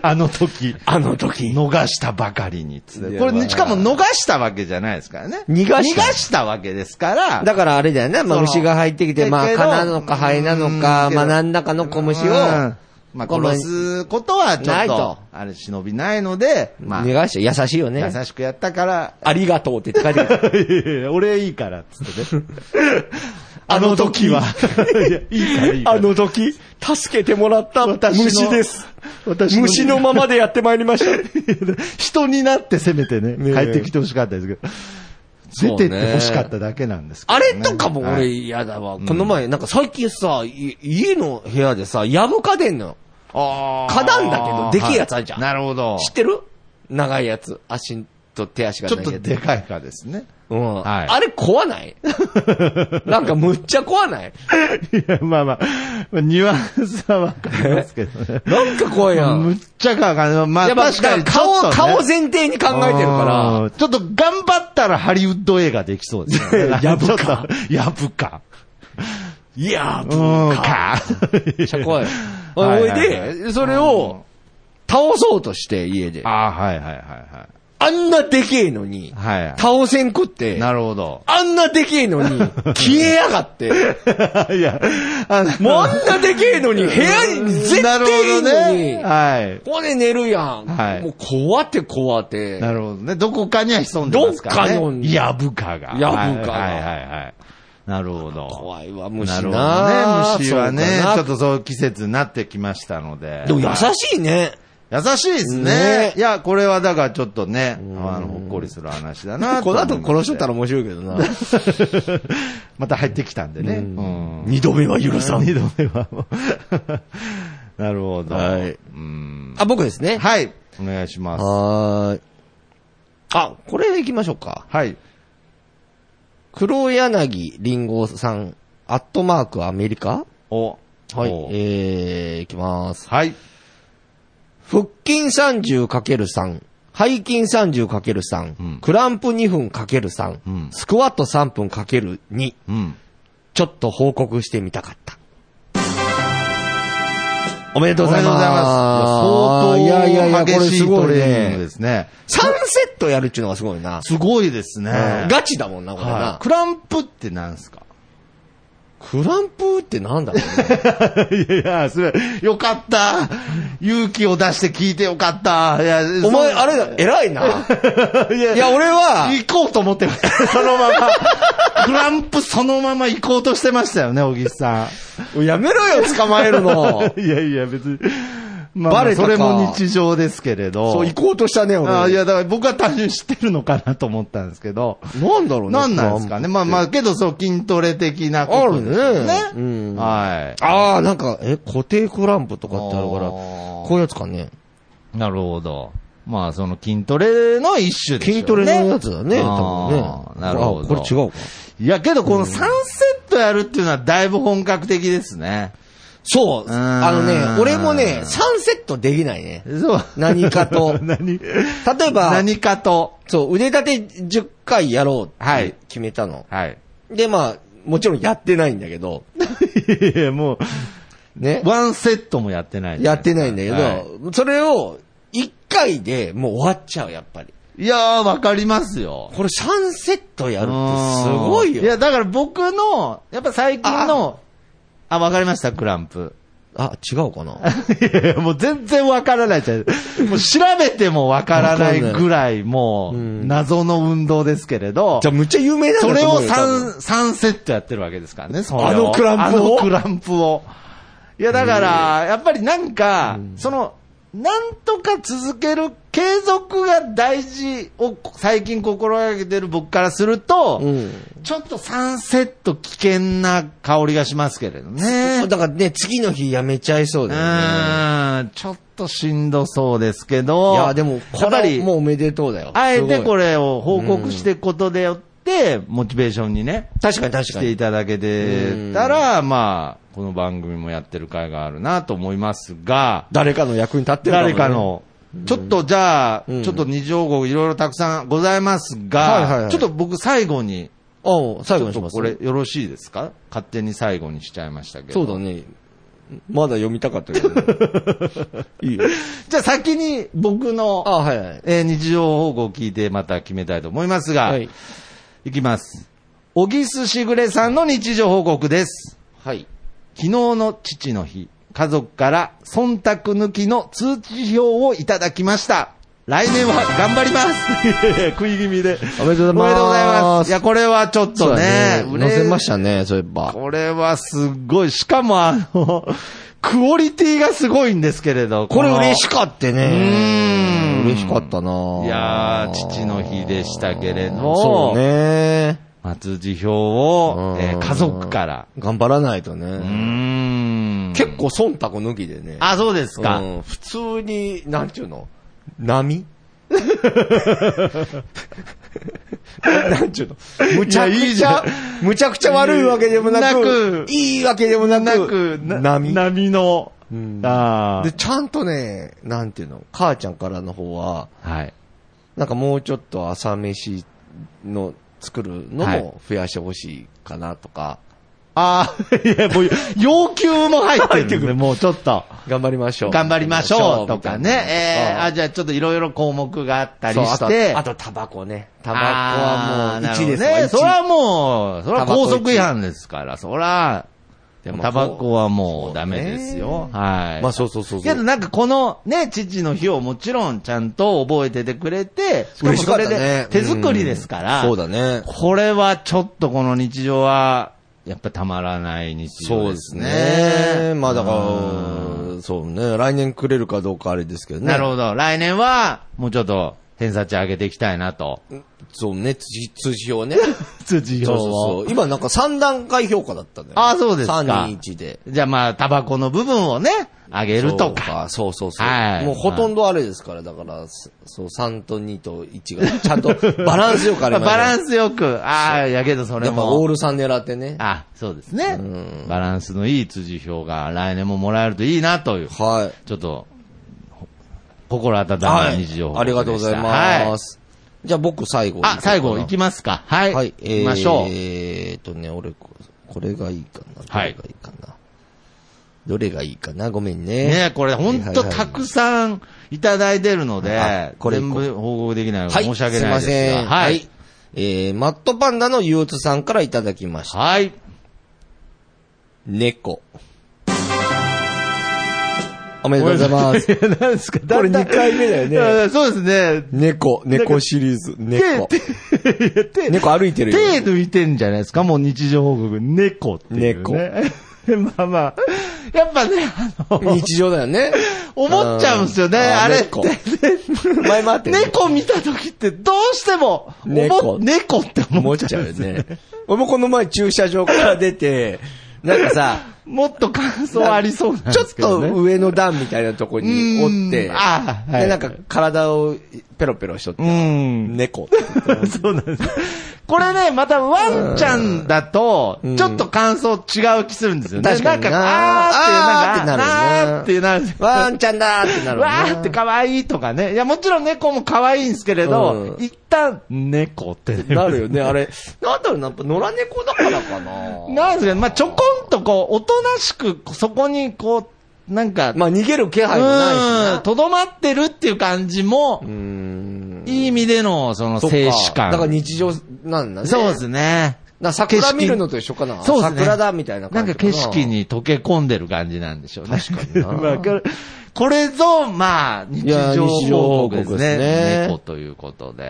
[SPEAKER 2] あの時。
[SPEAKER 1] あの時。
[SPEAKER 2] 逃したばかりにつって
[SPEAKER 1] いや
[SPEAKER 2] こ
[SPEAKER 1] まあ
[SPEAKER 2] れ、しかも逃したわけじゃないですからね。
[SPEAKER 1] 逃がした
[SPEAKER 2] わけですから。
[SPEAKER 1] だからあれだよね。まあ、
[SPEAKER 2] その
[SPEAKER 1] 虫が入ってきて、まあ、
[SPEAKER 2] だけど
[SPEAKER 1] 蚊なのか灰なのか、
[SPEAKER 2] うん
[SPEAKER 1] まあ、何らかの小虫を、
[SPEAKER 2] うんまあ、
[SPEAKER 1] この
[SPEAKER 2] 殺すことはちょ
[SPEAKER 1] な
[SPEAKER 2] っ
[SPEAKER 1] いと
[SPEAKER 2] と、あれ、忍びないので、まあ、
[SPEAKER 1] 逃がして、優しいよね。
[SPEAKER 2] 優しくやったから、
[SPEAKER 1] ありがとうって書いて ある。
[SPEAKER 2] 俺いいから、つってね。 あの時は。 いやいいから、いいから。
[SPEAKER 1] の時、助けてもらった
[SPEAKER 2] 私の。私の。
[SPEAKER 1] ままでやってまいりました。
[SPEAKER 2] 人になってせめてね、
[SPEAKER 1] ねえ
[SPEAKER 2] 帰ってきてほしかったですけ
[SPEAKER 1] そう
[SPEAKER 2] ど、出
[SPEAKER 1] ね
[SPEAKER 2] てってほしかっただけなんですけ ど
[SPEAKER 1] あ
[SPEAKER 2] ね、
[SPEAKER 1] れとかも
[SPEAKER 2] は
[SPEAKER 1] 俺
[SPEAKER 2] い
[SPEAKER 1] 嫌だわ。この前、なんか最近さ、い家の部屋でさ、やぶ蚊出んのよ。
[SPEAKER 2] あー
[SPEAKER 1] 花壇だけどでけえやつあるじゃん
[SPEAKER 2] はいなるほど。
[SPEAKER 1] 知ってる長いやつ。足と手足が
[SPEAKER 2] ちょ
[SPEAKER 1] 長
[SPEAKER 2] っ
[SPEAKER 1] いや
[SPEAKER 2] と
[SPEAKER 1] つ。
[SPEAKER 2] でかいかですね。
[SPEAKER 1] うん。
[SPEAKER 2] はい
[SPEAKER 1] あれ怖ない なんかむっちゃ怖ない。
[SPEAKER 2] いや、まあまあ、ニュアンスはわかりますけどね
[SPEAKER 1] なんか怖いやん。
[SPEAKER 2] むっちゃかわかんない。ま
[SPEAKER 1] い
[SPEAKER 2] あ
[SPEAKER 1] やまあ
[SPEAKER 2] 確かに
[SPEAKER 1] だら
[SPEAKER 2] ちょ
[SPEAKER 1] 顔、
[SPEAKER 2] っとね
[SPEAKER 1] 顔前提に考えてるから。
[SPEAKER 2] うん。ちょっと頑張ったらハリウッド映画できそうですね
[SPEAKER 1] 。やぶか
[SPEAKER 2] ちょっと。やぶか。
[SPEAKER 1] いや
[SPEAKER 2] う
[SPEAKER 1] ー、
[SPEAKER 2] ん、
[SPEAKER 1] か。
[SPEAKER 2] か。
[SPEAKER 1] めっちゃ怖い。
[SPEAKER 2] は
[SPEAKER 1] お
[SPEAKER 2] い
[SPEAKER 1] い
[SPEAKER 2] はいはい
[SPEAKER 1] で、それを倒そうとして、家で。
[SPEAKER 2] ああ、はいはいはいはい。
[SPEAKER 1] あんなでけえのに、
[SPEAKER 2] はいはい
[SPEAKER 1] 倒せんくって、
[SPEAKER 2] なる ほど。
[SPEAKER 1] あんなでけえの に、消えやがって。
[SPEAKER 2] いや、あの、
[SPEAKER 1] もうあんなでけえのに、部屋に絶
[SPEAKER 2] なるほ
[SPEAKER 1] 対いんの
[SPEAKER 2] ど
[SPEAKER 1] に、
[SPEAKER 2] ね。はい。
[SPEAKER 1] ここで寝るやん。
[SPEAKER 2] はい
[SPEAKER 1] もう怖って怖って。
[SPEAKER 2] なるほどね。どこかには潜んでますからね。
[SPEAKER 1] どっかの
[SPEAKER 2] やぶかが。
[SPEAKER 1] やぶかが
[SPEAKER 2] はいはいはいはい。なるほど。
[SPEAKER 1] 怖いわ、虫
[SPEAKER 2] な
[SPEAKER 1] な。
[SPEAKER 2] るほどね。虫はね
[SPEAKER 1] そうか、な
[SPEAKER 2] ちょっとそういう季節になってきましたので。
[SPEAKER 1] でも優しいね。
[SPEAKER 2] 優しいですね。
[SPEAKER 1] ね
[SPEAKER 2] いや、これはだからちょっとね、あの、ほっこりする話だな
[SPEAKER 1] この後殺しとったら
[SPEAKER 2] ら。
[SPEAKER 1] 面白いけどな。
[SPEAKER 2] また入ってきたんでね。うん
[SPEAKER 1] 二度目は許さん。
[SPEAKER 2] 二度目はもう。 なるほど。
[SPEAKER 1] はい
[SPEAKER 2] うん
[SPEAKER 1] あ、僕ですね。
[SPEAKER 2] はい。お願いします。
[SPEAKER 1] はーい。あ、これ行きましょうか。
[SPEAKER 2] はい。
[SPEAKER 1] 黒柳りんごさん、アットマークアメリカ
[SPEAKER 2] お。
[SPEAKER 1] はい
[SPEAKER 2] お。
[SPEAKER 1] えー、いきます。
[SPEAKER 2] はい。
[SPEAKER 1] 腹筋 30×3、背筋 30×3、
[SPEAKER 2] うん
[SPEAKER 1] クランプ2分 ×3、
[SPEAKER 2] うん
[SPEAKER 1] スクワット3分 ×2、
[SPEAKER 2] うん。
[SPEAKER 1] ちょっと報告してみたかった。おめでと
[SPEAKER 2] お
[SPEAKER 1] うございます。
[SPEAKER 2] めでとうございます。相当
[SPEAKER 1] いやいやいや、これ
[SPEAKER 2] 激し
[SPEAKER 1] す
[SPEAKER 2] い
[SPEAKER 1] ご
[SPEAKER 2] ト
[SPEAKER 1] い
[SPEAKER 2] レーニング
[SPEAKER 1] ね
[SPEAKER 2] で。すね。
[SPEAKER 1] 3セットやるっていうのがすごいな。
[SPEAKER 2] すごいですね。
[SPEAKER 1] ガチだもんな、これな。
[SPEAKER 2] はいクランプってなんですか
[SPEAKER 1] クランプってなんだろうね。
[SPEAKER 2] いやいや、それ、よかった。勇気を出して聞いてよかった。いや、
[SPEAKER 1] お前、
[SPEAKER 2] そう
[SPEAKER 1] あれだ、偉い な。
[SPEAKER 2] いや
[SPEAKER 1] いや、俺は、
[SPEAKER 2] 行こうと思ってました。そのまま。 クランプそのまま行こうとしてましたよね、小木さ
[SPEAKER 1] やめろよ、捕まえ るの。
[SPEAKER 2] ん。いやいや、別に。まあ、
[SPEAKER 1] バレたか
[SPEAKER 2] それも日常ですけれど。
[SPEAKER 1] そう、行こうとしたね、俺。
[SPEAKER 2] あいや、だから僕は単純に知ってるのかなと思ったんですけど。
[SPEAKER 1] なんだろうね。
[SPEAKER 2] なんなんですかね。まあまあ、けど、そう、筋トレ的なことですよね。
[SPEAKER 1] あるねうん
[SPEAKER 2] はい。
[SPEAKER 1] ああ、なんか、え、固定クランプとかってあるから、
[SPEAKER 2] あー
[SPEAKER 1] こういうやつかね。
[SPEAKER 2] なるほど。まあ、その筋トレの一種ですよね。
[SPEAKER 1] 筋トレのやつだね、多
[SPEAKER 2] あ
[SPEAKER 1] 分
[SPEAKER 2] ー
[SPEAKER 1] ね。
[SPEAKER 2] なるほど。
[SPEAKER 1] あこれ違うか。
[SPEAKER 2] いや、けどこの3セットやるっていうのはだいぶ本格的ですね。
[SPEAKER 1] そう、
[SPEAKER 2] ん
[SPEAKER 1] あのね、俺もね、3セットできないね。
[SPEAKER 2] そう。
[SPEAKER 1] 何かと
[SPEAKER 2] 何例
[SPEAKER 1] 例えば、
[SPEAKER 2] 何かと。
[SPEAKER 1] そう、腕立て10回やろうっ
[SPEAKER 2] は
[SPEAKER 1] て
[SPEAKER 2] い
[SPEAKER 1] 決めたの。
[SPEAKER 2] はい。
[SPEAKER 1] で、まあ、もちろんやってないんだけど、
[SPEAKER 2] いやいや、も
[SPEAKER 1] ね
[SPEAKER 2] う、。ワンセットもやってない。
[SPEAKER 1] やってないんだけど、
[SPEAKER 2] は
[SPEAKER 1] それを1回でもう終わっちゃう、やっぱり。
[SPEAKER 2] い、いやー、わかりますよ。
[SPEAKER 1] これ3セットやるってすごいよ。
[SPEAKER 2] いや、だから僕の、やっぱ最近の、あ、わかりました、クランプ。
[SPEAKER 1] あ、違うかな。
[SPEAKER 2] いやいや、もう全然わからない じゃん。もう調べてもわからないぐらい、もう、謎の運動ですけれど。
[SPEAKER 1] じゃあ、むっちゃ有名なんだ
[SPEAKER 2] それ
[SPEAKER 1] と思
[SPEAKER 2] を
[SPEAKER 1] うよ多分
[SPEAKER 2] 3、三セットやってるわけですからね、それを
[SPEAKER 1] あのクランプを
[SPEAKER 2] あのクランプを。いや、だから、やっぱりなんか、その、なんとか続ける、継続が大事を最近心がけてる僕からすると、
[SPEAKER 1] うん
[SPEAKER 2] ちょっと3セット危険な香りがしますけれどね。
[SPEAKER 1] だからね、次の日やめちゃいそう
[SPEAKER 2] う
[SPEAKER 1] だよね。
[SPEAKER 2] ーん、ちょっとしんどそうですけど。
[SPEAKER 1] いや、でも、
[SPEAKER 2] や
[SPEAKER 1] こ
[SPEAKER 2] っぱ
[SPEAKER 1] れ
[SPEAKER 2] り
[SPEAKER 1] もうおめでとうだよ。
[SPEAKER 2] あえてこ
[SPEAKER 1] れ。
[SPEAKER 2] れを報告していくことでよって、モチベーションにね、
[SPEAKER 1] 確かに確
[SPEAKER 2] し
[SPEAKER 1] か
[SPEAKER 2] て
[SPEAKER 1] に
[SPEAKER 2] い。ただけてたら、まあ、この番組もやってる甲斐があるなと思いますが、
[SPEAKER 1] 誰かの役に立ってるもね
[SPEAKER 2] 誰か。の、ちょっとじゃあ、
[SPEAKER 1] うん
[SPEAKER 2] ちょっと二条号いろいろたくさんございますが、
[SPEAKER 1] はいはいはい
[SPEAKER 2] ちょっと僕最後に、
[SPEAKER 1] あ最後に
[SPEAKER 2] ち
[SPEAKER 1] し
[SPEAKER 2] ょっ
[SPEAKER 1] ま
[SPEAKER 2] と
[SPEAKER 1] す。
[SPEAKER 2] これよろしいですか勝手に最後にしちゃいましたけど。
[SPEAKER 1] そうだね。まだ読みたかったけど。 いいよ。
[SPEAKER 2] じゃあ先に僕の、
[SPEAKER 1] あ、はいはい。
[SPEAKER 2] えー日常報告を聞いてまた決めたいと思いますが、
[SPEAKER 1] はいい、。
[SPEAKER 2] きます。小木すしぐれさんの日常報告です。
[SPEAKER 1] はい。
[SPEAKER 2] 昨日の父の日、家族から忖度抜きの通知表をいただきました。来年は頑張ります 食い気味で。
[SPEAKER 1] おめでとう
[SPEAKER 2] お
[SPEAKER 1] ご
[SPEAKER 2] め
[SPEAKER 1] ざいます
[SPEAKER 2] でとうございます。いや、これはちょっとね、売れ
[SPEAKER 1] 載せましたね、そういえば。
[SPEAKER 2] これはすごい。しかもあの、 クオリティがすごいんですけれど。
[SPEAKER 1] これ
[SPEAKER 2] の
[SPEAKER 1] 嬉しかったね
[SPEAKER 2] う。ん
[SPEAKER 1] 嬉しかったない
[SPEAKER 2] やー、父の日でしたけれど、
[SPEAKER 1] そうね。
[SPEAKER 2] まあ通知表を、
[SPEAKER 1] うん
[SPEAKER 2] えー家族から。
[SPEAKER 1] 頑張らないと
[SPEAKER 2] うー
[SPEAKER 1] ね。
[SPEAKER 2] ん。
[SPEAKER 1] 結構忖度抜きでね。
[SPEAKER 2] あ、そうですか。
[SPEAKER 1] うん普通に、なんちゅうの波 なんちゅうのむちゃ
[SPEAKER 2] いやいい
[SPEAKER 1] く
[SPEAKER 2] じ
[SPEAKER 1] ち
[SPEAKER 2] ゃ
[SPEAKER 1] ゃ、むちゃくちゃ悪いわけでもな
[SPEAKER 2] なく
[SPEAKER 1] く、いいわけでもな
[SPEAKER 2] な
[SPEAKER 1] く
[SPEAKER 2] く、、な
[SPEAKER 1] 波。
[SPEAKER 2] 波の。
[SPEAKER 1] うん
[SPEAKER 2] あ
[SPEAKER 1] で、ちゃんとね、なんていうの、母ちゃんからの方は、
[SPEAKER 2] あ。はい。
[SPEAKER 1] なんかもうちょっと朝飯の作るの
[SPEAKER 2] はい
[SPEAKER 1] も増やしてほしいかなとか、
[SPEAKER 2] ああ、 いや、もう、要求も入ってるんで、もうちょっと、
[SPEAKER 1] 頑張りましょう。
[SPEAKER 2] 頑張りましょうとかね。えー、あ、
[SPEAKER 1] じ
[SPEAKER 2] じゃあちょっといろいろ項目があった
[SPEAKER 1] ゃ
[SPEAKER 2] りして、
[SPEAKER 1] あとタバコね。タバ
[SPEAKER 2] タ
[SPEAKER 1] コはもう1ですわ
[SPEAKER 2] ね。
[SPEAKER 1] 一
[SPEAKER 2] それはもう、それは
[SPEAKER 1] タバコ
[SPEAKER 2] 高
[SPEAKER 1] 一
[SPEAKER 2] 速違反ですから、そら、
[SPEAKER 1] でも
[SPEAKER 2] タバコはも
[SPEAKER 1] そうう
[SPEAKER 2] ダメですよ。
[SPEAKER 1] ね
[SPEAKER 2] はい。
[SPEAKER 1] まあそうそうそうそ
[SPEAKER 2] けど
[SPEAKER 1] う。
[SPEAKER 2] なんかこのね、父の日をもちろんちゃんと覚えててくれて、しかも
[SPEAKER 1] 嬉しか
[SPEAKER 2] そ
[SPEAKER 1] っ
[SPEAKER 2] れ
[SPEAKER 1] たね
[SPEAKER 2] で。手作りですから、
[SPEAKER 1] うんそうだね。
[SPEAKER 2] これはちょっとこの日常は、やっぱたまらない日
[SPEAKER 1] そう
[SPEAKER 2] 常
[SPEAKER 1] で
[SPEAKER 2] ですす
[SPEAKER 1] ね
[SPEAKER 2] ね。。
[SPEAKER 1] まあだ
[SPEAKER 2] うん
[SPEAKER 1] から、そうね。来年くれるかどうかあれですけどね。
[SPEAKER 2] なるほど。来年は、もうちょっと、偏差値上げていきたいなと。
[SPEAKER 1] そうね。通通知表ね。
[SPEAKER 2] 辻
[SPEAKER 1] そうそうそう。今なんか3段階評価だったね。
[SPEAKER 2] ああ、そうですか。
[SPEAKER 1] 3、2、1で。
[SPEAKER 2] じゃあまあ、タバコの部分をね、上げる
[SPEAKER 1] そ
[SPEAKER 2] とか。
[SPEAKER 1] うか。そうそうそう。
[SPEAKER 2] はい
[SPEAKER 1] もうほとんどあれですから、だから、そそう、3と2と1が、ちゃん とバランスよくあ
[SPEAKER 2] ま
[SPEAKER 1] りま
[SPEAKER 2] あ
[SPEAKER 1] した
[SPEAKER 2] バランスよく。ああ、やけどそれ
[SPEAKER 1] やっぱオー
[SPEAKER 2] も。
[SPEAKER 1] ル3狙ってね。
[SPEAKER 2] あそうですね
[SPEAKER 1] う。
[SPEAKER 2] バランスのいい辻表が来年ももらえるといいなという。
[SPEAKER 1] はい。
[SPEAKER 2] ちょっと、ほ心温ま
[SPEAKER 1] は
[SPEAKER 2] る
[SPEAKER 1] い
[SPEAKER 2] 日常、
[SPEAKER 1] ありがとうござい
[SPEAKER 2] はい
[SPEAKER 1] ます。じゃあ僕最後。
[SPEAKER 2] あ、最後行きますか。はい。
[SPEAKER 1] はい、えー、
[SPEAKER 2] 行きましょう。
[SPEAKER 1] えーっとね、俺、ここれがいいかな。ど
[SPEAKER 2] は
[SPEAKER 1] れ
[SPEAKER 2] い
[SPEAKER 1] がいいかな。どれがいいかな。ごめんね。
[SPEAKER 2] ねこれ本当
[SPEAKER 1] はいはい
[SPEAKER 2] たくさんいただいてるの
[SPEAKER 1] あ
[SPEAKER 2] で、
[SPEAKER 1] これ
[SPEAKER 2] 全部報告できないの
[SPEAKER 1] は
[SPEAKER 2] が
[SPEAKER 1] い、
[SPEAKER 2] 申し訳ないです
[SPEAKER 1] すいませ
[SPEAKER 2] が。
[SPEAKER 1] ん。はい。。えー、マットパンダの憂鬱さんからいただきました。
[SPEAKER 2] はい。
[SPEAKER 1] 猫。おめでとうござい ます。
[SPEAKER 2] や、何ですか
[SPEAKER 1] これ二回目だよね
[SPEAKER 2] ね。 そうですね。
[SPEAKER 1] 猫、猫シリーズ、猫。猫歩いてるよ。
[SPEAKER 2] 手抜いてんじゃないですかもう日常報告。猫っていう、ね。猫。 まあまあ。やっぱね、あの、
[SPEAKER 1] 日常だよね。
[SPEAKER 2] 思っちゃうんですよね、
[SPEAKER 1] う
[SPEAKER 2] あれっ
[SPEAKER 1] 猫
[SPEAKER 2] て。
[SPEAKER 1] 前もあってね
[SPEAKER 2] 猫見た時ってどうしても、
[SPEAKER 1] 猫
[SPEAKER 2] 思っ猫って思
[SPEAKER 1] 思
[SPEAKER 2] っ
[SPEAKER 1] っ
[SPEAKER 2] ち
[SPEAKER 1] ち
[SPEAKER 2] ゃ
[SPEAKER 1] ゃ
[SPEAKER 2] う
[SPEAKER 1] うん
[SPEAKER 2] で
[SPEAKER 1] よ
[SPEAKER 2] すね。
[SPEAKER 1] ね。俺もこの前駐車場から出て、なんかさ、
[SPEAKER 2] もっと感想ありそうなんで
[SPEAKER 1] ちょっ
[SPEAKER 2] すけど、
[SPEAKER 1] と
[SPEAKER 2] ね。
[SPEAKER 1] 上の段みたいなとこにおって、
[SPEAKER 2] うんあーはい
[SPEAKER 1] で、なんか体をペロペロしとって、
[SPEAKER 2] うん。
[SPEAKER 1] 猫って言って。
[SPEAKER 2] そうなんです。これね、またワンちゃんだと、
[SPEAKER 1] うん
[SPEAKER 2] ちょっと感想違う気するんですよね。
[SPEAKER 1] 確かに
[SPEAKER 2] な
[SPEAKER 1] なん
[SPEAKER 2] か、あーって、なんか、
[SPEAKER 1] あーって
[SPEAKER 2] あーってなるんですよ。
[SPEAKER 1] ワンちゃんだーってなる
[SPEAKER 2] わーって可愛いとかね。いや、もちろん猫も可愛いんですけれど、
[SPEAKER 1] うん
[SPEAKER 2] 一旦、猫ってね
[SPEAKER 1] なるよね、あれ。なんだろうな、やっぱ野良猫だからかな。
[SPEAKER 2] なんですかね、まあちょこんとこう、おとなしく、そこにこう、なんか、
[SPEAKER 1] まあ逃げる気配もないし
[SPEAKER 2] うん
[SPEAKER 1] な。
[SPEAKER 2] とどまってるっていう感じも、
[SPEAKER 1] うーん。
[SPEAKER 2] いい意味での、その、
[SPEAKER 1] そっか
[SPEAKER 2] 静止感。
[SPEAKER 1] だから日常なんだね。
[SPEAKER 2] そうですね。
[SPEAKER 1] な桜見るのと一緒かな。
[SPEAKER 2] そうですね
[SPEAKER 1] 桜だみたいな
[SPEAKER 2] なん
[SPEAKER 1] 感じ
[SPEAKER 2] か
[SPEAKER 1] かな。
[SPEAKER 2] 景色に溶け込んでる感じなんでしょうね。確
[SPEAKER 1] かにな
[SPEAKER 2] わかる。これぞ、まあ、日
[SPEAKER 1] や
[SPEAKER 2] 常
[SPEAKER 1] 日常
[SPEAKER 2] 報
[SPEAKER 1] 報
[SPEAKER 2] 告
[SPEAKER 1] 告
[SPEAKER 2] で
[SPEAKER 1] ですすね
[SPEAKER 2] ね。猫ということで。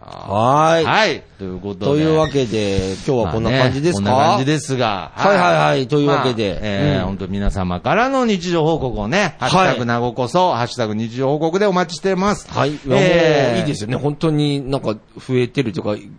[SPEAKER 2] は
[SPEAKER 1] はーい。
[SPEAKER 2] はい。ということで。
[SPEAKER 1] というわけで、今日はこんな感じですか、
[SPEAKER 2] まあねこんな感じですが。
[SPEAKER 1] はいはいはいというわけで
[SPEAKER 2] まあえ
[SPEAKER 1] う
[SPEAKER 2] ー
[SPEAKER 1] ん
[SPEAKER 2] 本当皆様からの日常報告をね、ハッシュタグなごこそ、ハッシュタグ日常報告でお待ちしてます。
[SPEAKER 1] はい。いやもう
[SPEAKER 2] えー
[SPEAKER 1] いいですよね。本当になんか増えてるというか、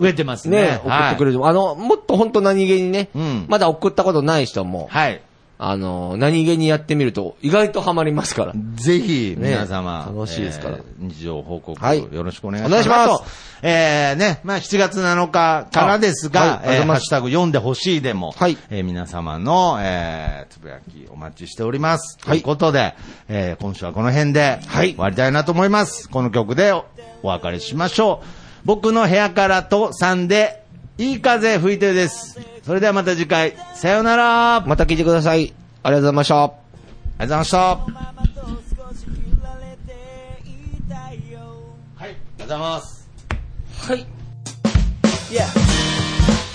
[SPEAKER 2] 増えてますね。
[SPEAKER 1] ね、送ってく
[SPEAKER 2] れ。
[SPEAKER 1] れる。あの、もっと本当何気にね、
[SPEAKER 2] うん
[SPEAKER 1] まだ送ったことない人も、
[SPEAKER 2] はい。
[SPEAKER 1] あの、何気にやってみると意外とハマりますから。
[SPEAKER 2] ぜひ、
[SPEAKER 1] ね
[SPEAKER 2] 皆様、
[SPEAKER 1] 楽しいですから
[SPEAKER 2] えー日常報告、
[SPEAKER 1] はい
[SPEAKER 2] よろしくお願い
[SPEAKER 1] お願い
[SPEAKER 2] し
[SPEAKER 1] し
[SPEAKER 2] ま。
[SPEAKER 1] ますす
[SPEAKER 2] えーね、まあ、7月7日からです
[SPEAKER 1] あ
[SPEAKER 2] が、
[SPEAKER 1] はいありがとうご
[SPEAKER 2] え
[SPEAKER 1] ざい
[SPEAKER 2] ーハ
[SPEAKER 1] ます
[SPEAKER 2] ッシュタグ読んでほしいでも、
[SPEAKER 1] はい
[SPEAKER 2] えー皆様の、えーつぶやきお待ちしております。
[SPEAKER 1] はい
[SPEAKER 2] ということで、えー今週はこの辺で、
[SPEAKER 1] はい
[SPEAKER 2] 終わりたいなと思います。この曲でおお別れしましょう。僕の部屋からと3で、いい風吹いてるです。それではまた次回、さようなら。
[SPEAKER 1] また聞いてください。ありがとうございました。
[SPEAKER 4] ありがとうございました。
[SPEAKER 5] ママと少し振られていたよ
[SPEAKER 4] はい。ありがとうございます。
[SPEAKER 1] はい。
[SPEAKER 5] Yeah.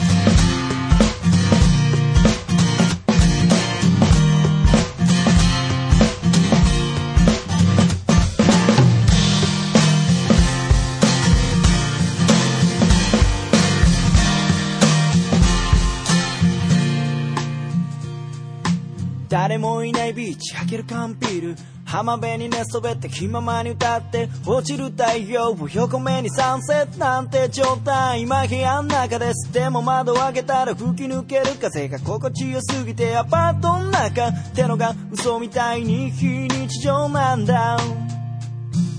[SPEAKER 5] 「誰もいないビーチ開ける缶ビール」「浜辺に寝そべって気ままに歌って」「落ちる太陽を横目にサンセットなんて状態」「今部屋の中です」「でも窓を開けたら吹き抜ける風が心地よすぎて」「アパートの中ってのが嘘みたいに非日常なんだ」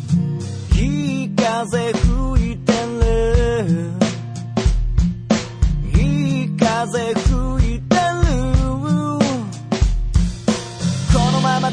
[SPEAKER 5] 「いい風吹いてる」「いい風吹いてる」このまま